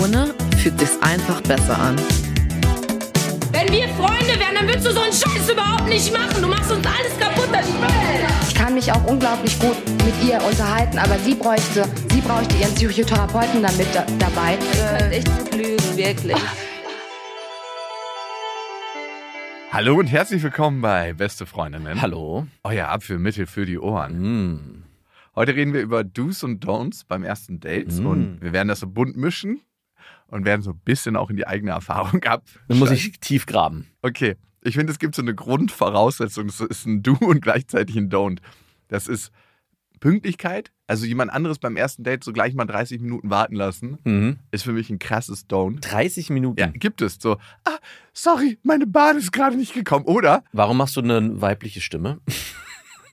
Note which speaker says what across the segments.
Speaker 1: Ohne fühlt sich's einfach besser an.
Speaker 2: Wenn wir Freunde wären, dann würdest du so einen Scheiß überhaupt nicht machen. Du machst uns alles kaputt. Das
Speaker 3: Ich kann mich auch unglaublich gut mit ihr unterhalten, aber sie bräuchte, sie bräuchte ihren Psychotherapeuten damit da, dabei.
Speaker 4: Hallo und herzlich willkommen bei Beste Freundinnen.
Speaker 5: Hallo.
Speaker 4: Euer Abführmittel für die Ohren.
Speaker 5: Mhm.
Speaker 4: Heute reden wir über Do's und Don'ts beim ersten Dates
Speaker 5: Mm.
Speaker 4: und wir werden das so bunt mischen und werden so ein bisschen auch in die eigene Erfahrung ab.
Speaker 5: Dann muss ich tief graben.
Speaker 4: Okay, ich finde, es gibt so eine Grundvoraussetzung. Es ist ein Do und gleichzeitig ein Don't. Das ist Pünktlichkeit. Also jemand anderes beim ersten Date so gleich mal 30 Minuten warten lassen,
Speaker 5: Mhm.
Speaker 4: ist für mich ein krasses Don't.
Speaker 5: 30 Minuten.
Speaker 4: Ja, gibt es so. Ah, sorry, meine Bahn ist gerade nicht gekommen. Oder
Speaker 5: Warum hast du eine weibliche Stimme?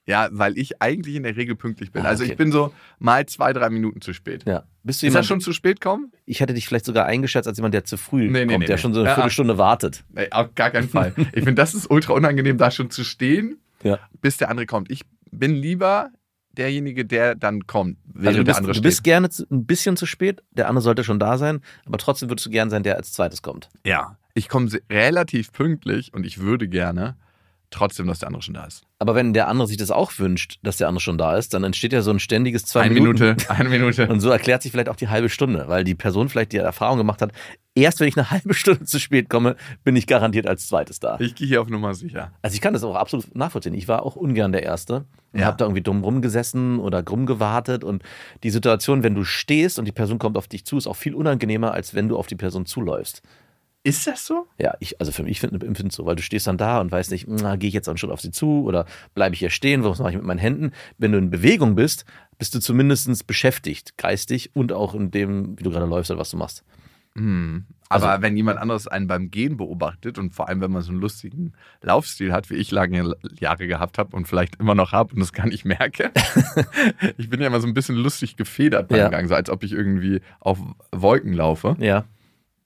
Speaker 4: Ja, weil ich eigentlich in der Regel pünktlich bin.
Speaker 5: Ah,
Speaker 4: Also
Speaker 5: okay.
Speaker 4: ich bin so mal zwei, drei Minuten zu spät.
Speaker 5: Ja. Bist du
Speaker 4: Ist
Speaker 5: jemand,
Speaker 4: das schon zu spät kommen?
Speaker 5: ich hätte dich vielleicht sogar eingeschätzt als jemand, der zu früh
Speaker 4: Nee, nee,
Speaker 5: kommt,
Speaker 4: nee,
Speaker 5: der
Speaker 4: nee.
Speaker 5: schon so eine
Speaker 4: Ja,
Speaker 5: Viertelstunde wartet.
Speaker 4: Nee, Äh, auf gar keinen Fall. ich finde, das ist ultra unangenehm, da schon zu stehen,
Speaker 5: Ja.
Speaker 4: bis der andere kommt. Ich bin lieber derjenige, der dann kommt, während
Speaker 5: Also du
Speaker 4: der
Speaker 5: bist,
Speaker 4: andere
Speaker 5: du
Speaker 4: steht.
Speaker 5: bist gerne zu, ein bisschen zu spät, der andere sollte schon da sein, aber trotzdem würdest du gern sein, der als zweites kommt.
Speaker 4: ja. Ich komme se- relativ pünktlich und ich würde gerne trotzdem, dass der andere schon da ist.
Speaker 5: Aber wenn der andere sich das auch wünscht, dass der andere schon da ist, dann entsteht ja so ein ständiges zwei
Speaker 4: eine
Speaker 5: Minuten.
Speaker 4: Minute, eine Minute.
Speaker 5: Und so erklärt sich vielleicht auch die halbe Stunde, weil die Person vielleicht die Erfahrung gemacht hat, erst wenn ich eine halbe Stunde zu spät komme, bin ich garantiert als zweites da.
Speaker 4: Ich gehe hier auf Nummer sicher.
Speaker 5: Also ich kann das auch absolut nachvollziehen. Ich war auch ungern der Erste und
Speaker 4: Ja.
Speaker 5: habe da irgendwie dumm rumgesessen oder dumm gewartet. Und die Situation, wenn du stehst und die Person kommt auf dich zu, ist auch viel unangenehmer, als wenn du auf die Person zuläufst.
Speaker 4: Ist das so?
Speaker 5: Ja, ich, also für mich find- empfinde es so, weil du stehst dann da und weißt nicht, gehe ich jetzt dann schon auf sie zu oder bleibe ich hier stehen, was mache ich mit meinen Händen? Wenn du in Bewegung bist, bist du zumindest beschäftigt, geistig und auch in dem, wie du gerade läufst oder was du machst.
Speaker 4: Hm.
Speaker 5: Also-
Speaker 4: Aber wenn jemand anderes einen beim Gehen beobachtet und vor allem, wenn man so einen lustigen Laufstil hat, wie ich lange Jahre gehabt habe und vielleicht immer noch habe und das gar nicht merke, ich bin ja immer so ein bisschen lustig gefedert beim
Speaker 5: Ja.
Speaker 4: Gang, so als ob ich irgendwie auf Wolken laufe,
Speaker 5: Ja.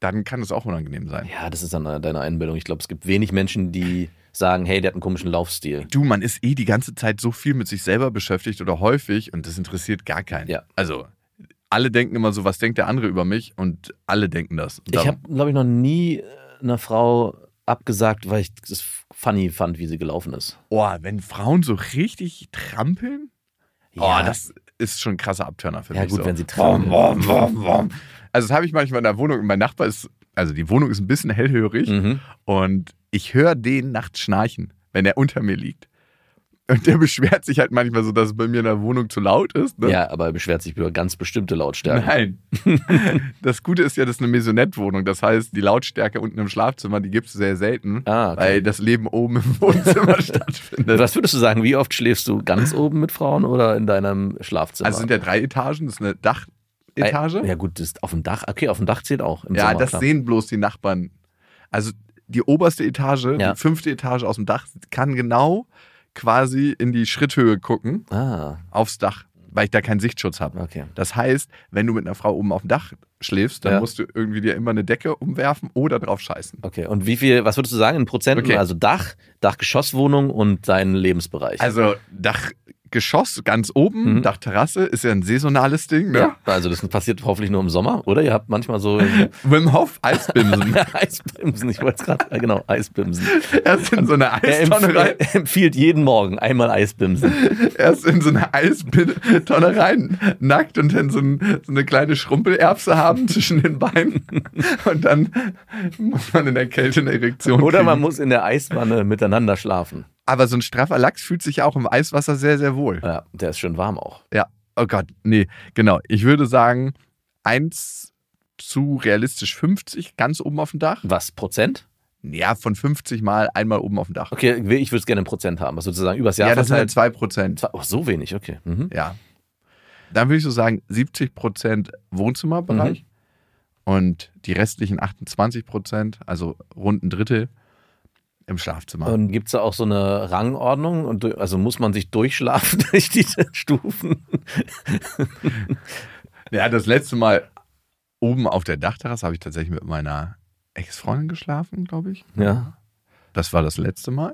Speaker 4: dann kann es auch unangenehm sein.
Speaker 5: Ja, das ist dann äh, deine Einbildung. Ich glaube, es gibt wenig Menschen, die sagen, hey, der hat einen komischen Laufstil.
Speaker 4: Du, man ist eh die ganze Zeit so viel mit sich selber beschäftigt oder häufig und das interessiert gar keinen.
Speaker 5: Ja.
Speaker 4: Also, alle denken immer so, was denkt der andere über mich und alle denken das. Und
Speaker 5: Ich
Speaker 4: darum-
Speaker 5: habe, glaube ich, noch nie äh, einer Frau abgesagt, weil ich es funny fand, wie sie gelaufen ist.
Speaker 4: oh, wenn Frauen so richtig trampeln,
Speaker 5: Ja.
Speaker 4: Oh, das ist schon ein krasser Abturner für
Speaker 5: Ja,
Speaker 4: mich.
Speaker 5: gut,
Speaker 4: so.
Speaker 5: wenn sie trampeln.
Speaker 4: Wom, wom, wom, wom. Also, das habe ich manchmal in der Wohnung. und Mein Nachbar ist, also die Wohnung ist ein bisschen hellhörig
Speaker 5: Mhm.
Speaker 4: und ich höre den nachts schnarchen, wenn er unter mir liegt. Und der beschwert sich halt manchmal so, dass es bei mir in der Wohnung zu laut ist. Ne?
Speaker 5: Ja, aber er beschwert sich über ganz bestimmte Lautstärken.
Speaker 4: Nein. das Gute ist ja, das ist eine Maisonette-Wohnung. Das heißt, die Lautstärke unten im Schlafzimmer, die gibt es sehr selten,
Speaker 5: Ah, okay.
Speaker 4: weil das Leben oben im Wohnzimmer stattfindet.
Speaker 5: Ne,
Speaker 4: Also,
Speaker 5: Was würdest du sagen, wie oft schläfst du ganz oben mit Frauen oder in deinem Schlafzimmer?
Speaker 4: also sind ja drei Etagen, das ist eine Dachetage.
Speaker 5: Ja gut, das ist auf dem Dach. Okay, auf dem Dach zählt auch. Im
Speaker 4: Ja,
Speaker 5: Sommer,
Speaker 4: das
Speaker 5: klar.
Speaker 4: sehen bloß die Nachbarn. Also die oberste Etage,
Speaker 5: Ja.
Speaker 4: die fünfte Etage aus dem Dach, kann genau quasi in die Schritthöhe gucken,
Speaker 5: Ah,
Speaker 4: aufs Dach, weil ich da keinen Sichtschutz habe.
Speaker 5: okay.
Speaker 4: Das heißt, wenn du mit einer Frau oben auf dem Dach schläfst, dann
Speaker 5: Ja.
Speaker 4: musst du irgendwie dir immer eine Decke umwerfen oder drauf scheißen.
Speaker 5: Okay, und wie viel, was würdest du sagen in Prozenten?
Speaker 4: Okay.
Speaker 5: Also Dach, Dachgeschosswohnung und dein Lebensbereich.
Speaker 4: Also Dach Geschoss ganz oben,
Speaker 5: Mhm.
Speaker 4: Dachterrasse, ist ja ein saisonales Ding. Ne?
Speaker 5: Ja. Also das passiert hoffentlich nur im Sommer, oder? Ihr habt manchmal so
Speaker 4: Wim Hof, Eisbimsen.
Speaker 5: Eisbimsen. Ich wollte es gerade, ja, genau, Eisbimsen.
Speaker 4: er ist in so eine
Speaker 5: Er,
Speaker 4: Eistonne
Speaker 5: empf
Speaker 4: rein.
Speaker 5: er empfiehlt jeden Morgen einmal Eisbimsen.
Speaker 4: Erst in so eine Eistonne rein, nackt und dann so, ein, so eine kleine Schrumpelerbse haben zwischen den Beinen. Und dann muss man in der Kälte eine Erektion
Speaker 5: Oder
Speaker 4: kriegen.
Speaker 5: man muss in der Eiswanne miteinander schlafen.
Speaker 4: Aber so ein straffer Lachs fühlt sich auch im Eiswasser sehr, sehr wohl.
Speaker 5: Ja, der ist schön warm auch.
Speaker 4: Ja, oh Gott, nee, genau. Ich würde sagen, 1 zu realistisch 50, ganz oben auf dem Dach.
Speaker 5: Was, Prozent?
Speaker 4: Ja, von 50 mal einmal oben auf dem Dach.
Speaker 5: Okay, ich würde es gerne in Prozent haben, also sozusagen übers
Speaker 4: Ja,
Speaker 5: Jahr
Speaker 4: das sind halt
Speaker 5: verteilt.
Speaker 4: 2 Prozent.
Speaker 5: Zwei- oh, so wenig, okay. Mhm.
Speaker 4: Ja. Dann würde ich so sagen, 70 Prozent Wohnzimmerbereich und die restlichen 28 Prozent, also rund ein Drittel, im Schlafzimmer.
Speaker 5: Und gibt es da auch so eine Rangordnung? Und, du- also muss man sich durchschlafen durch diese Stufen?
Speaker 4: Ja, das letzte Mal oben auf der Dachterrasse habe ich tatsächlich mit meiner Ex-Freundin geschlafen, glaube ich.
Speaker 5: Ja.
Speaker 4: Das war das letzte Mal.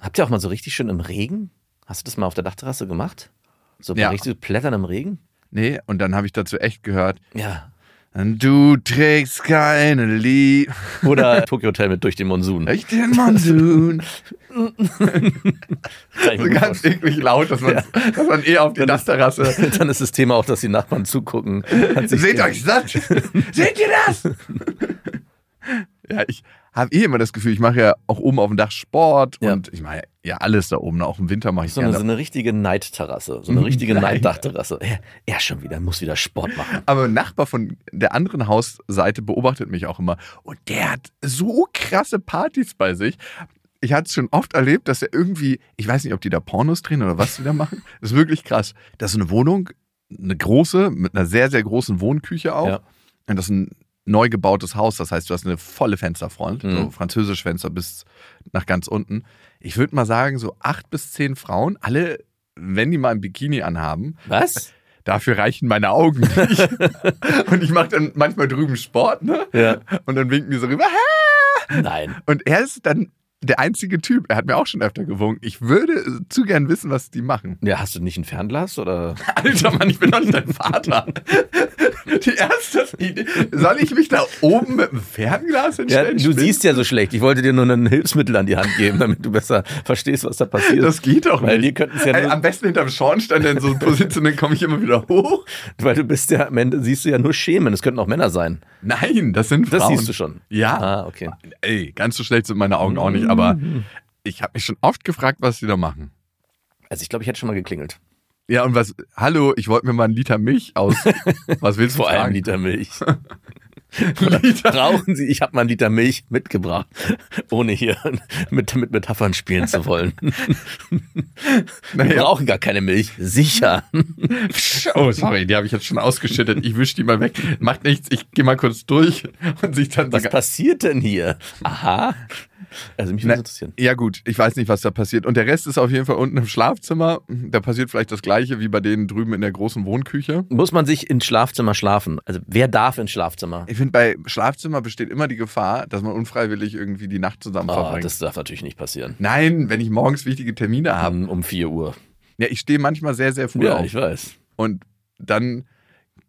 Speaker 5: Habt ihr auch mal so richtig schön im Regen? Hast du das mal auf der Dachterrasse gemacht? So
Speaker 4: Ja.
Speaker 5: ja. richtig plättern im Regen?
Speaker 4: Nee, und dann habe ich dazu echt gehört,
Speaker 5: Ja.
Speaker 4: du trägst keine Liebe.
Speaker 5: Oder Tokyo Hotel mit durch den Monsun.
Speaker 4: Ich den Monsun.
Speaker 5: Kann ich
Speaker 4: So
Speaker 5: mir gut
Speaker 4: ganz
Speaker 5: vorstellen.
Speaker 4: eklig laut, dass man, dass man eh auf die Dachterrasse.
Speaker 5: Dann ist das Thema auch, dass die Nachbarn zugucken. Hat sich-
Speaker 4: Seht euch satt. Seht ihr das? ja, ich habe eh immer das Gefühl, ich mache ja auch oben auf dem Dach Sport
Speaker 5: Ja.
Speaker 4: und ich mache ja alles da oben. Auch im Winter mache ich
Speaker 5: So
Speaker 4: gerne.
Speaker 5: eine, so eine richtige Neidterrasse, so eine richtige
Speaker 4: Nein.
Speaker 5: Neiddachterrasse. Er, er schon wieder, muss wieder Sport machen.
Speaker 4: Aber ein Nachbar von der anderen Hausseite beobachtet mich auch immer. Und der hat so krasse Partys bei sich. Ich hatte es schon oft erlebt, dass er irgendwie, ich weiß nicht, ob die da Pornos drehen oder was die da machen. Das ist wirklich krass. Das ist eine Wohnung, eine große, mit einer sehr, sehr großen Wohnküche auch.
Speaker 5: Ja.
Speaker 4: Und das ist ein neu gebautes Haus. Das heißt, du hast eine volle Fensterfront.
Speaker 5: Mhm.
Speaker 4: So französisch Fenster bis nach ganz unten. Ich würde mal sagen, so acht bis zehn Frauen, alle, wenn die mal ein Bikini anhaben,
Speaker 5: Was?
Speaker 4: dafür reichen meine Augen nicht. und ich mache dann manchmal drüben Sport, ne?
Speaker 5: Ja.
Speaker 4: Und dann winken die so rüber. "Ah!"
Speaker 5: Nein.
Speaker 4: Und er ist dann der einzige Typ. Er hat mir auch schon öfter gewunken. Ich würde zu gern wissen, was die machen.
Speaker 5: Ja, hast du nicht ein Fernglas oder?
Speaker 4: Alter Mann, ich bin doch nicht dein Vater. Die erste Idee. Soll ich mich da oben mit dem Fernglas
Speaker 5: Ja,
Speaker 4: hinstellen?
Speaker 5: du
Speaker 4: Spinnt-
Speaker 5: siehst ja so schlecht. Ich wollte dir nur ein Hilfsmittel an die Hand geben, damit du besser verstehst, was da passiert.
Speaker 4: Das geht doch
Speaker 5: Weil die
Speaker 4: nicht.
Speaker 5: könnten's ja
Speaker 4: Ey,
Speaker 5: nur-
Speaker 4: am besten hinterm Schornstein, denn so Position, dann komme ich immer wieder hoch.
Speaker 5: Weil du bist ja am Ende siehst du ja nur Schemen. Es könnten auch Männer sein.
Speaker 4: Nein, das sind Frauen.
Speaker 5: Das siehst du schon.
Speaker 4: Ja.
Speaker 5: Ah, okay.
Speaker 4: Ey, ganz so schlecht sind meine Augen auch nicht, aber ich habe mich schon oft gefragt, was die da machen.
Speaker 5: Also ich glaube, ich hätte schon mal geklingelt.
Speaker 4: Ja, und was, hallo, ich wollte mir mal einen Liter Milch aus. Was willst du
Speaker 5: Vor allem
Speaker 4: fragen?
Speaker 5: einen Liter Milch.
Speaker 4: Liter.
Speaker 5: Brauchen Sie? Ich habe mal einen Liter Milch mitgebracht, ohne hier mit, mit Metaphern spielen zu wollen. Wir
Speaker 4: Naja.
Speaker 5: brauchen gar keine Milch. Sicher.
Speaker 4: Oh, sorry, die habe ich jetzt schon ausgeschüttet. Ich wisch die mal weg. Macht nichts, ich gehe mal kurz durch und sich dann
Speaker 5: Was
Speaker 4: sogar-
Speaker 5: passiert denn hier? Aha. Also mich
Speaker 4: Na,
Speaker 5: würde das interessieren.
Speaker 4: Ja, gut, ich weiß nicht, was da passiert. Und der Rest ist auf jeden Fall unten im Schlafzimmer. Da passiert vielleicht das Gleiche wie bei denen drüben in der großen Wohnküche.
Speaker 5: Muss man sich ins Schlafzimmer schlafen? Also wer darf ins Schlafzimmer?
Speaker 4: Ich finde, bei Schlafzimmer besteht immer die Gefahr, dass man unfreiwillig irgendwie die Nacht zusammen
Speaker 5: Oh,
Speaker 4: verbringt.
Speaker 5: das darf natürlich nicht passieren.
Speaker 4: Nein, wenn ich morgens wichtige Termine habe.
Speaker 5: Um, um 4 Uhr.
Speaker 4: Ja, ich stehe manchmal sehr, sehr früh auf.
Speaker 5: weiß.
Speaker 4: Und dann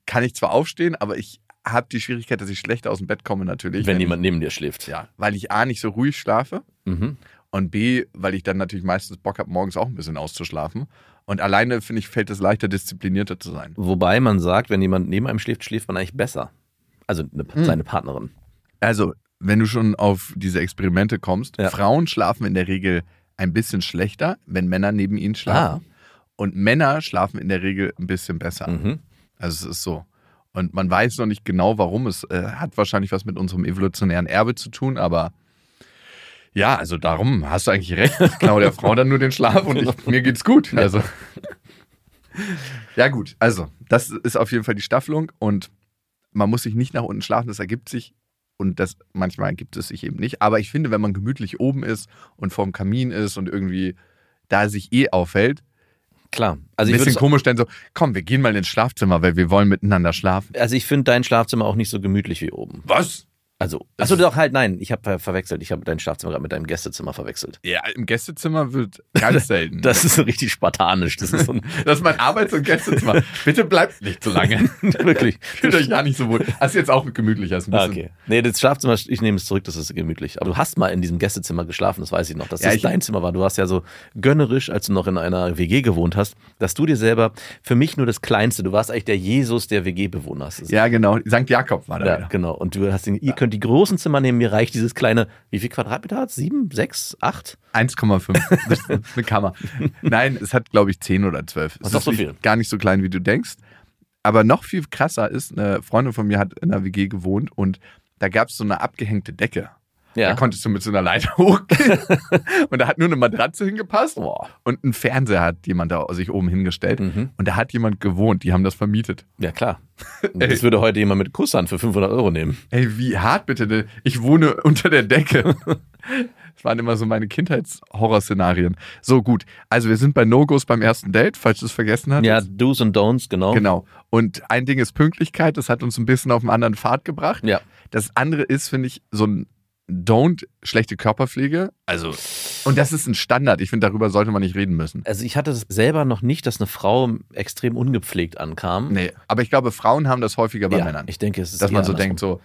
Speaker 4: kann ich zwar aufstehen, aber ich habe die Schwierigkeit, dass ich schlecht aus dem Bett komme natürlich.
Speaker 5: wenn jemand neben dir schläft.
Speaker 4: Ja, weil ich A, nicht so ruhig schlafe
Speaker 5: Mhm.
Speaker 4: und B, weil ich dann natürlich meistens Bock habe, morgens auch ein bisschen auszuschlafen. Und alleine, finde ich, fällt es leichter, disziplinierter zu sein.
Speaker 5: Wobei man sagt, wenn jemand neben einem schläft, schläft man eigentlich besser. Also eine, seine Partnerin.
Speaker 4: Also, wenn du schon auf diese Experimente kommst,
Speaker 5: Ja.
Speaker 4: Frauen schlafen in der Regel ein bisschen schlechter, wenn Männer neben ihnen
Speaker 5: Ah.
Speaker 4: schlafen. Und Männer schlafen in der Regel ein bisschen besser.
Speaker 5: Mhm.
Speaker 4: Also es ist so. Und man weiß noch nicht genau, warum. Es äh, hat wahrscheinlich was mit unserem evolutionären Erbe zu tun, aber ja, also darum hast du eigentlich recht. Ich klaue der Frau dann nur den Schlaf und ich, mir geht's gut. Also. Ja, gut. Also, das ist auf jeden Fall die Staffelung und man muss sich nicht nach unten schlafen. Das ergibt sich und das manchmal ergibt es sich eben nicht. Aber ich finde, wenn man gemütlich oben ist und vorm Kamin ist und irgendwie da sich eh aufhält,
Speaker 5: Klar. Also
Speaker 4: ein
Speaker 5: ich,
Speaker 4: bisschen
Speaker 5: würd's-
Speaker 4: komisch, denn so, komm, wir gehen mal ins Schlafzimmer, weil wir wollen miteinander schlafen.
Speaker 5: also ich finde dein Schlafzimmer auch nicht so gemütlich wie oben.
Speaker 4: Was?
Speaker 5: Also, achso, doch halt, nein, ich habe verwechselt. Ich habe dein Schlafzimmer gerade mit deinem Gästezimmer verwechselt.
Speaker 4: Ja, im Gästezimmer wird ganz selten.
Speaker 5: Das ist so richtig spartanisch. Das ist so ein,
Speaker 4: Das ist mein Arbeits- und Gästezimmer. Bitte bleibt nicht zu lange.
Speaker 5: wirklich.
Speaker 4: Fühlt euch gar nicht so wohl. Das ist jetzt auch gemütlich. Das ist ein
Speaker 5: Ah,
Speaker 4: bisschen,
Speaker 5: okay. Nee, das Schlafzimmer, ich nehme es zurück, das ist gemütlich. Aber du hast mal in diesem Gästezimmer geschlafen, das weiß ich noch, dass
Speaker 4: Ja,
Speaker 5: das
Speaker 4: ich-
Speaker 5: dein Zimmer war. Du warst ja so gönnerisch, als du noch in einer WG gewohnt hast, dass du dir selber, für mich nur das Kleinste, du warst eigentlich der Jesus der WG-Bewohner. Das ist-
Speaker 4: Ja, genau. St. Jakob war da.
Speaker 5: Ja,
Speaker 4: wieder.
Speaker 5: genau. Und du hast den, ihr könnt die großen Zimmer nehmen, mir reicht dieses kleine, wie viel Quadratmeter hat Sieben, sechs, acht?
Speaker 4: 1,5. Das ist eine Kammer. Nein, es hat, glaube ich, 10 oder 12. Es
Speaker 5: ist doch so
Speaker 4: nicht-
Speaker 5: viel.
Speaker 4: Gar nicht so klein, wie du denkst. Aber noch viel krasser ist, eine Freundin von mir hat in einer WG gewohnt und da gab es so eine abgehängte Decke. Da konntest du mit so einer Leiter hochgehen. und da hat nur eine Matratze hingepasst.
Speaker 5: Boah.
Speaker 4: Und ein Fernseher hat jemand da sich oben hingestellt.
Speaker 5: Mhm.
Speaker 4: Und da hat jemand gewohnt. Die haben das vermietet.
Speaker 5: Ja, klar. Das würde heute jemand mit Kusshand für 500 Euro nehmen.
Speaker 4: Ey, wie hart bitte. denn? Ich wohne unter der Decke. Das waren immer so meine Kindheitshorrorszenarien. So gut. Also wir sind bei No-Gos beim ersten Date, falls du es vergessen hast.
Speaker 5: Ja, Do's und Don'ts, genau.
Speaker 4: Genau. Und ein Ding ist Pünktlichkeit. Das hat uns ein bisschen auf einen anderen Pfad gebracht.
Speaker 5: Ja.
Speaker 4: Das andere ist, finde ich, so ein Don't, schlechte Körperpflege. Also, und das ist ein Standard. Ich finde, darüber sollte man nicht reden müssen.
Speaker 5: Also ich hatte das selber noch nicht, dass eine Frau extrem ungepflegt ankam.
Speaker 4: Nee. Aber ich glaube, Frauen haben das häufiger bei
Speaker 5: ja,
Speaker 4: Männern.
Speaker 5: Ich denke, es ist
Speaker 4: dass man
Speaker 5: eher
Speaker 4: so
Speaker 5: andersrum.
Speaker 4: denkt, so,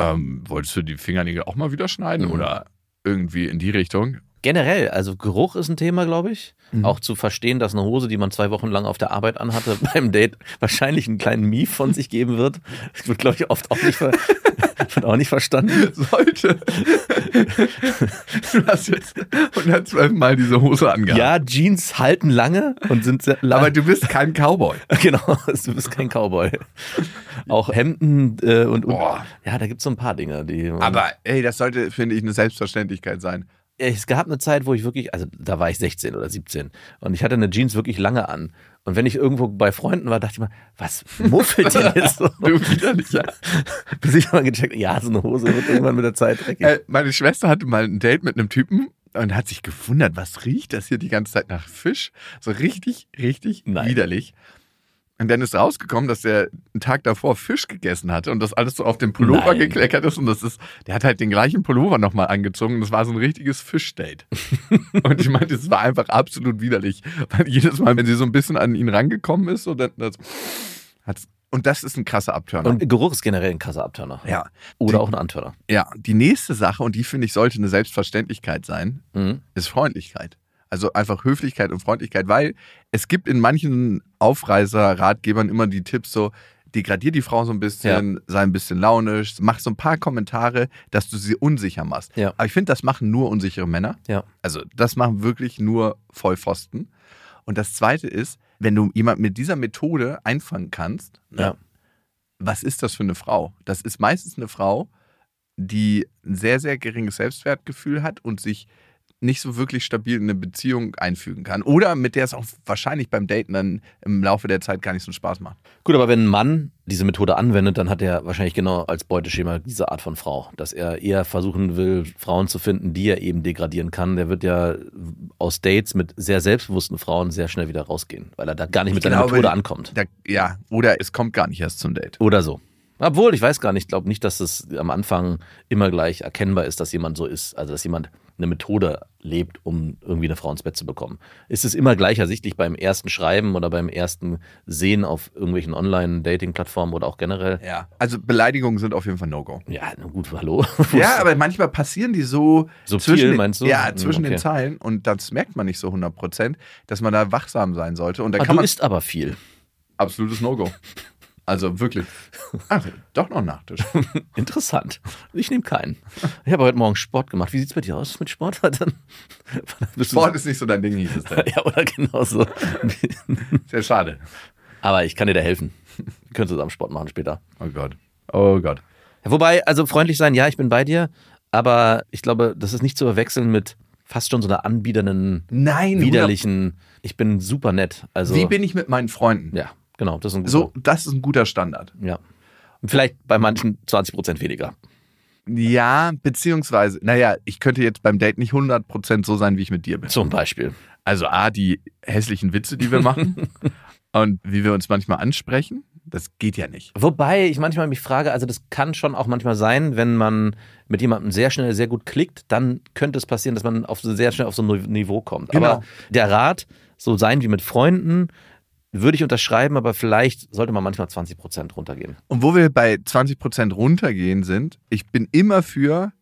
Speaker 4: ähm, wolltest du die Fingernägel auch mal wieder schneiden
Speaker 5: Mhm.
Speaker 4: oder irgendwie in die Richtung?
Speaker 5: Generell, also Geruch ist ein Thema, glaube ich.
Speaker 4: Mhm.
Speaker 5: Auch zu verstehen, dass eine Hose, die man zwei Wochen lang auf der Arbeit anhatte, beim Date wahrscheinlich einen kleinen Mief von sich geben wird. Das wird, glaube ich, oft auch nicht, ver wird auch nicht verstanden.
Speaker 4: Sollte. du hast jetzt 112 Mal diese Hose
Speaker 5: Ja.
Speaker 4: angehabt.
Speaker 5: Jeans halten lange und sind sehr lang.
Speaker 4: Aber du bist kein Cowboy.
Speaker 5: genau, du bist kein Cowboy. Auch Hemden äh, und, und
Speaker 4: Boah.
Speaker 5: ja, da gibt es so ein paar Dinge, die. man-
Speaker 4: Aber ey, das sollte, finde ich, eine Selbstverständlichkeit sein.
Speaker 5: äh, es gab eine Zeit, wo ich wirklich, also da war ich 16 oder 17 und ich hatte eine Jeans wirklich lange an. Und wenn ich irgendwo bei Freunden war, dachte ich mal, was muffelt denn jetzt so?
Speaker 4: Du widerlicher.
Speaker 5: Bis ich mal gecheckt, ja, so eine Hose wird irgendwann mit der Zeit dreckig.
Speaker 4: Äh, meine Schwester hatte mal ein Date mit einem Typen und hat sich gewundert, was riecht das hier die ganze Zeit nach Fisch? So richtig, richtig
Speaker 5: Nein.
Speaker 4: widerlich. Und dann ist rausgekommen, dass der einen Tag davor Fisch gegessen hatte und das alles so auf den Pullover
Speaker 5: Nein.
Speaker 4: gekleckert ist. Und das ist, der hat halt den gleichen Pullover nochmal angezogen. Und das war so ein richtiges Fischdate. und ich meinte, es war einfach absolut widerlich. Weil jedes Mal, wenn sie so ein bisschen an ihn rangekommen ist, so dann, das, hat's, und das ist ein krasser Abturner.
Speaker 5: und Geruch ist generell ein krasser Abtörner.
Speaker 4: ja.
Speaker 5: Oder auch ein Antörner.
Speaker 4: Ja, die nächste Sache, und die finde ich, sollte eine Selbstverständlichkeit sein,
Speaker 5: Mhm.
Speaker 4: ist Freundlichkeit. Also einfach Höflichkeit und Freundlichkeit, weil es gibt in manchen Aufreiser-Ratgebern immer die Tipps so, degradier die Frau so ein bisschen, sei ein bisschen launisch, mach so ein paar Kommentare, dass du sie unsicher machst.
Speaker 5: Ja.
Speaker 4: Aber ich finde, das machen nur unsichere Männer.
Speaker 5: Ja.
Speaker 4: Also das machen wirklich nur Vollpfosten. Und das Zweite ist, wenn du jemanden mit dieser Methode einfangen kannst, ne,
Speaker 5: Ja.
Speaker 4: was ist das für eine Frau? Das ist meistens eine Frau, die ein sehr, sehr geringes Selbstwertgefühl hat und sich nicht so wirklich stabil in eine Beziehung einfügen kann. Oder mit der es auch wahrscheinlich beim Daten dann im Laufe der Zeit gar nicht so einen Spaß macht.
Speaker 5: Gut, aber wenn ein Mann diese Methode anwendet, dann hat er wahrscheinlich genau als Beuteschema diese Art von Frau, dass er eher versuchen will, Frauen zu finden, die er eben degradieren kann. Der wird ja aus Dates mit sehr selbstbewussten Frauen sehr schnell wieder rausgehen, weil er da gar nicht
Speaker 4: Ich
Speaker 5: mit seiner
Speaker 4: glaube,
Speaker 5: Methode ankommt.
Speaker 4: Da, ja, oder es kommt gar nicht erst zum Date.
Speaker 5: Oder so. Obwohl, ich weiß gar nicht, ich glaube nicht, dass es am Anfang immer gleich erkennbar ist, dass jemand so ist. Also, dass jemand eine Methode lebt, um irgendwie eine Frau ins Bett zu bekommen. Ist es immer gleich ersichtlich beim ersten Schreiben oder beim ersten Sehen auf irgendwelchen Online-Dating-Plattformen oder auch generell?
Speaker 4: Ja. Also Beleidigungen sind auf jeden Fall No-Go.
Speaker 5: Ja, na gut, hallo.
Speaker 4: Ja, aber manchmal passieren die so
Speaker 5: Subtil,
Speaker 4: zwischen den,
Speaker 5: meinst du?
Speaker 4: Ja,
Speaker 5: Hm,
Speaker 4: zwischen den
Speaker 5: okay.
Speaker 4: Zeilen und das merkt man nicht so 100 Prozent, dass man da wachsam sein sollte. Und da
Speaker 5: Ah,
Speaker 4: kann
Speaker 5: du
Speaker 4: man
Speaker 5: isst aber viel.
Speaker 4: absolutes No-Go. Also wirklich. Ach, doch noch Nachtisch.
Speaker 5: Interessant. Ich nehme keinen. Ich habe heute Morgen Sport gemacht. Wie sieht's bei dir aus mit Sport? Dann bist du-
Speaker 4: Sport ist nicht so dein Ding, hieß es dann.
Speaker 5: Ja, oder genauso.
Speaker 4: Sehr schade.
Speaker 5: Aber ich kann dir da helfen. Wir können zusammen Sport machen später.
Speaker 4: Oh Gott. Oh Gott.
Speaker 5: Ja, Wobei, also freundlich sein, ja, ich bin bei dir, aber ich glaube, das ist nicht zu verwechseln mit fast schon so einer anbiedernden,
Speaker 4: Nein,
Speaker 5: widerlichen, ich bin super nett. Also,
Speaker 4: Wie bin ich mit meinen Freunden?
Speaker 5: ja, genau, das ist ein guter,
Speaker 4: So, das ist ein guter Standard.
Speaker 5: ja. Und vielleicht bei manchen 20 Prozent weniger.
Speaker 4: Ja, beziehungsweise, naja, ich könnte jetzt beim Date nicht 100% so sein, wie ich mit dir bin.
Speaker 5: Zum Beispiel.
Speaker 4: Also A, die hässlichen Witze, die wir machen und wie wir uns manchmal ansprechen. Das geht ja nicht.
Speaker 5: Wobei ich manchmal mich frage, also das kann schon auch manchmal sein, wenn man mit jemandem sehr schnell, sehr gut klickt, dann könnte es passieren, dass man auf so, sehr schnell auf so ein Ni- Niveau kommt.
Speaker 4: Genau.
Speaker 5: Aber der Rat, so sein wie mit Freunden, würde ich unterschreiben, aber vielleicht sollte man manchmal 20 Prozent runtergehen.
Speaker 4: Und wo wir bei 20% runtergehen sind, ich bin immer für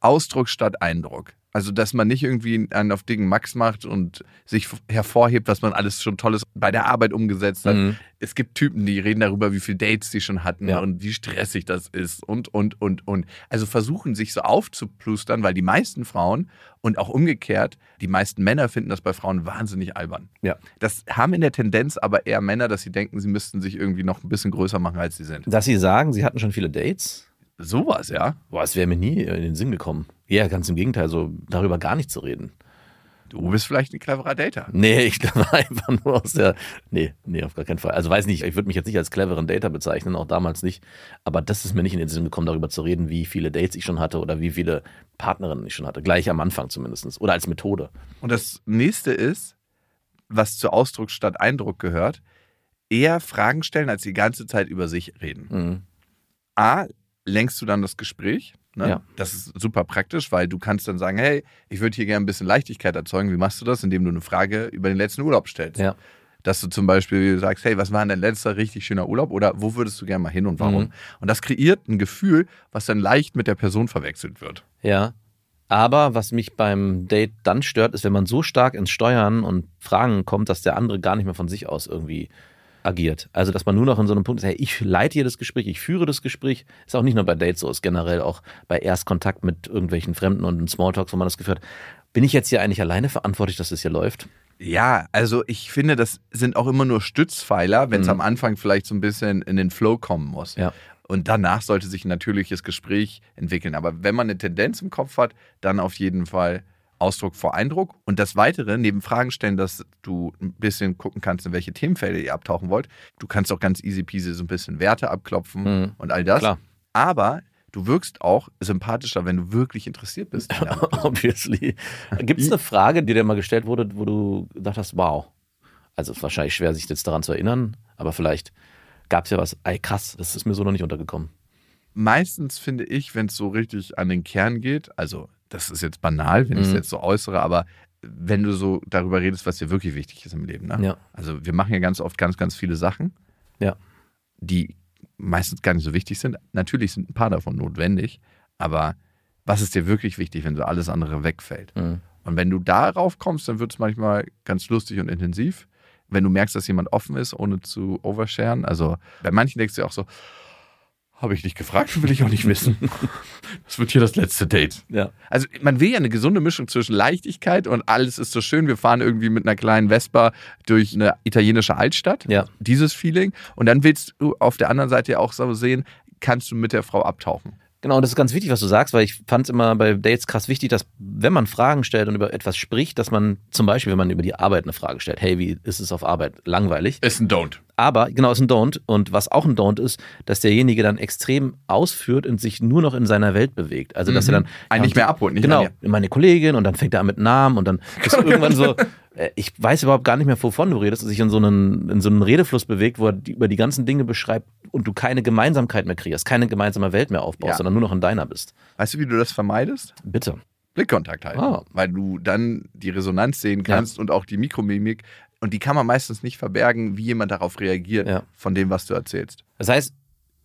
Speaker 4: Ausdruck statt Eindruck. Also, dass man nicht irgendwie einen auf dicken Max macht und sich f- hervorhebt, was man alles schon Tolles bei der Arbeit umgesetzt hat.
Speaker 5: Mhm.
Speaker 4: Es gibt Typen, die reden darüber, wie viele Dates die schon hatten
Speaker 5: Ja.
Speaker 4: und wie stressig das ist und, und, und, und. Also versuchen, sich so aufzuplustern, weil die meisten Frauen und auch umgekehrt, die meisten Männer finden das bei Frauen wahnsinnig albern.
Speaker 5: Ja.
Speaker 4: Das haben in der Tendenz aber eher Männer, dass sie denken, sie müssten sich irgendwie noch ein bisschen größer machen, als sie sind.
Speaker 5: Dass sie sagen, sie hatten schon viele Dates,
Speaker 4: Sowas, ja.
Speaker 5: boah, es wäre mir nie in den Sinn gekommen. Ja, ganz im Gegenteil, so darüber gar nicht zu reden.
Speaker 4: Du bist vielleicht ein cleverer Dater.
Speaker 5: Nee, ich glaube einfach nur aus der. Nee, nee, auf gar keinen Fall. Also weiß nicht, ich würde mich jetzt nicht als cleveren Dater bezeichnen, auch damals nicht. Aber das ist mir nicht in den Sinn gekommen, darüber zu reden, wie viele Dates ich schon hatte oder wie viele Partnerinnen ich schon hatte. Gleich am Anfang zumindest. Oder als Methode.
Speaker 4: Und das nächste ist, was zu Ausdruck statt Eindruck gehört, eher Fragen stellen, als die ganze Zeit über sich reden.
Speaker 5: Mhm.
Speaker 4: A, lenkst du dann das Gespräch. Ne?
Speaker 5: Ja.
Speaker 4: Das ist super praktisch, weil du kannst dann sagen, hey, ich würde hier gerne ein bisschen Leichtigkeit erzeugen. Wie machst du das? Indem du eine Frage über den letzten Urlaub stellst.
Speaker 5: Ja.
Speaker 4: Dass du zum Beispiel sagst, hey, was war denn dein letzter richtig schöner Urlaub? Oder wo würdest du gerne mal hin und warum?
Speaker 5: Mhm.
Speaker 4: Und das kreiert ein Gefühl, was dann leicht mit der Person verwechselt wird.
Speaker 5: Ja. Aber was mich beim Date dann stört, ist, wenn man so stark ins Steuern und Fragen kommt, dass der andere gar nicht mehr von sich aus irgendwie agiert. Also, dass man nur noch in so einem Punkt ist, hey, ich leite hier das Gespräch, ich führe das Gespräch. Ist auch nicht nur bei Dates so, ist generell auch bei Erstkontakt mit irgendwelchen Fremden und in Smalltalks, wo man das Gefühl hat, bin ich jetzt hier eigentlich alleine verantwortlich, dass das hier läuft?
Speaker 4: Ja, also ich finde, das sind auch immer nur Stützpfeiler, wenn es
Speaker 5: Mhm.
Speaker 4: am Anfang vielleicht so ein bisschen in den Flow kommen muss.
Speaker 5: Ja.
Speaker 4: Und danach sollte sich ein natürliches Gespräch entwickeln. Aber wenn man eine Tendenz im Kopf hat, dann auf jeden Fall Ausdruck vor Eindruck. Und das Weitere, neben Fragen stellen, dass du ein bisschen gucken kannst, in welche Themenfelder ihr abtauchen wollt. Du kannst auch ganz easy peasy so ein bisschen Werte abklopfen
Speaker 5: Mhm.
Speaker 4: und all das.
Speaker 5: Klar.
Speaker 4: Aber du wirkst auch sympathischer, wenn du wirklich interessiert bist. in der anderen Person.
Speaker 5: Obviously. Gibt es eine Frage, die dir mal gestellt wurde, wo du gedacht hast, wow. Also ist wahrscheinlich schwer, sich jetzt daran zu erinnern, aber vielleicht gab es ja was, ey krass, das ist mir so noch nicht untergekommen.
Speaker 4: meistens finde ich, wenn es so richtig an den Kern geht, also das ist jetzt banal, wenn ich es
Speaker 5: Mhm.
Speaker 4: jetzt so äußere, aber wenn du so darüber redest, was dir wirklich wichtig ist im Leben. Ne?
Speaker 5: Ja.
Speaker 4: Also wir machen ja ganz oft ganz, ganz viele Sachen,
Speaker 5: Ja.
Speaker 4: die meistens gar nicht so wichtig sind. Natürlich sind ein paar davon notwendig, aber was ist dir wirklich wichtig, wenn so alles andere wegfällt?
Speaker 5: Mhm.
Speaker 4: Und wenn du darauf kommst, dann wird es manchmal ganz lustig und intensiv. Wenn du merkst, dass jemand offen ist, ohne zu oversharen. Also bei manchen denkst du auch so, habe ich nicht gefragt, will ich auch nicht wissen. Das wird hier das letzte Date.
Speaker 5: Ja.
Speaker 4: Also man will ja eine gesunde Mischung zwischen Leichtigkeit und alles ist so schön. Wir fahren irgendwie mit einer kleinen Vespa durch eine italienische Altstadt.
Speaker 5: Ja.
Speaker 4: Dieses Feeling. Und dann willst du auf der anderen Seite ja auch so sehen, kannst du mit der Frau abtauchen.
Speaker 5: Genau, das ist ganz wichtig, was du sagst, weil ich fand es immer bei Dates krass wichtig, dass wenn man Fragen stellt und über etwas spricht, dass man zum Beispiel, wenn man über die Arbeit eine Frage stellt, hey, wie ist es auf Arbeit? Langweilig.
Speaker 4: Ist ein Don't.
Speaker 5: Aber genau, ist ein Don't. Und was auch ein Don't ist, dass derjenige dann extrem ausführt und sich nur noch in seiner Welt bewegt. Also, dass
Speaker 4: Mhm.
Speaker 5: er dann.
Speaker 4: Einen nicht mehr abholt, nicht
Speaker 5: Genau,
Speaker 4: mehr
Speaker 5: meine Kollegin und dann fängt er an mit Namen und dann ist irgendwann so. äh, Ich weiß überhaupt gar nicht mehr, wovon du redest, und sich in so einen, in so einen Redefluss bewegt, wo er die, über die ganzen Dinge beschreibt und du keine Gemeinsamkeit mehr kreierst, keine gemeinsame Welt mehr aufbaust,
Speaker 4: Ja.
Speaker 5: sondern nur noch in deiner bist.
Speaker 4: Weißt du, wie du das vermeidest?
Speaker 5: Bitte.
Speaker 4: Blickkontakt halten,
Speaker 5: Ah.
Speaker 4: weil du dann die Resonanz sehen kannst und auch die Mikromimik. Und die kann man meistens nicht verbergen, wie jemand darauf reagiert,
Speaker 5: Ja.
Speaker 4: von dem, was du erzählst.
Speaker 5: Das heißt,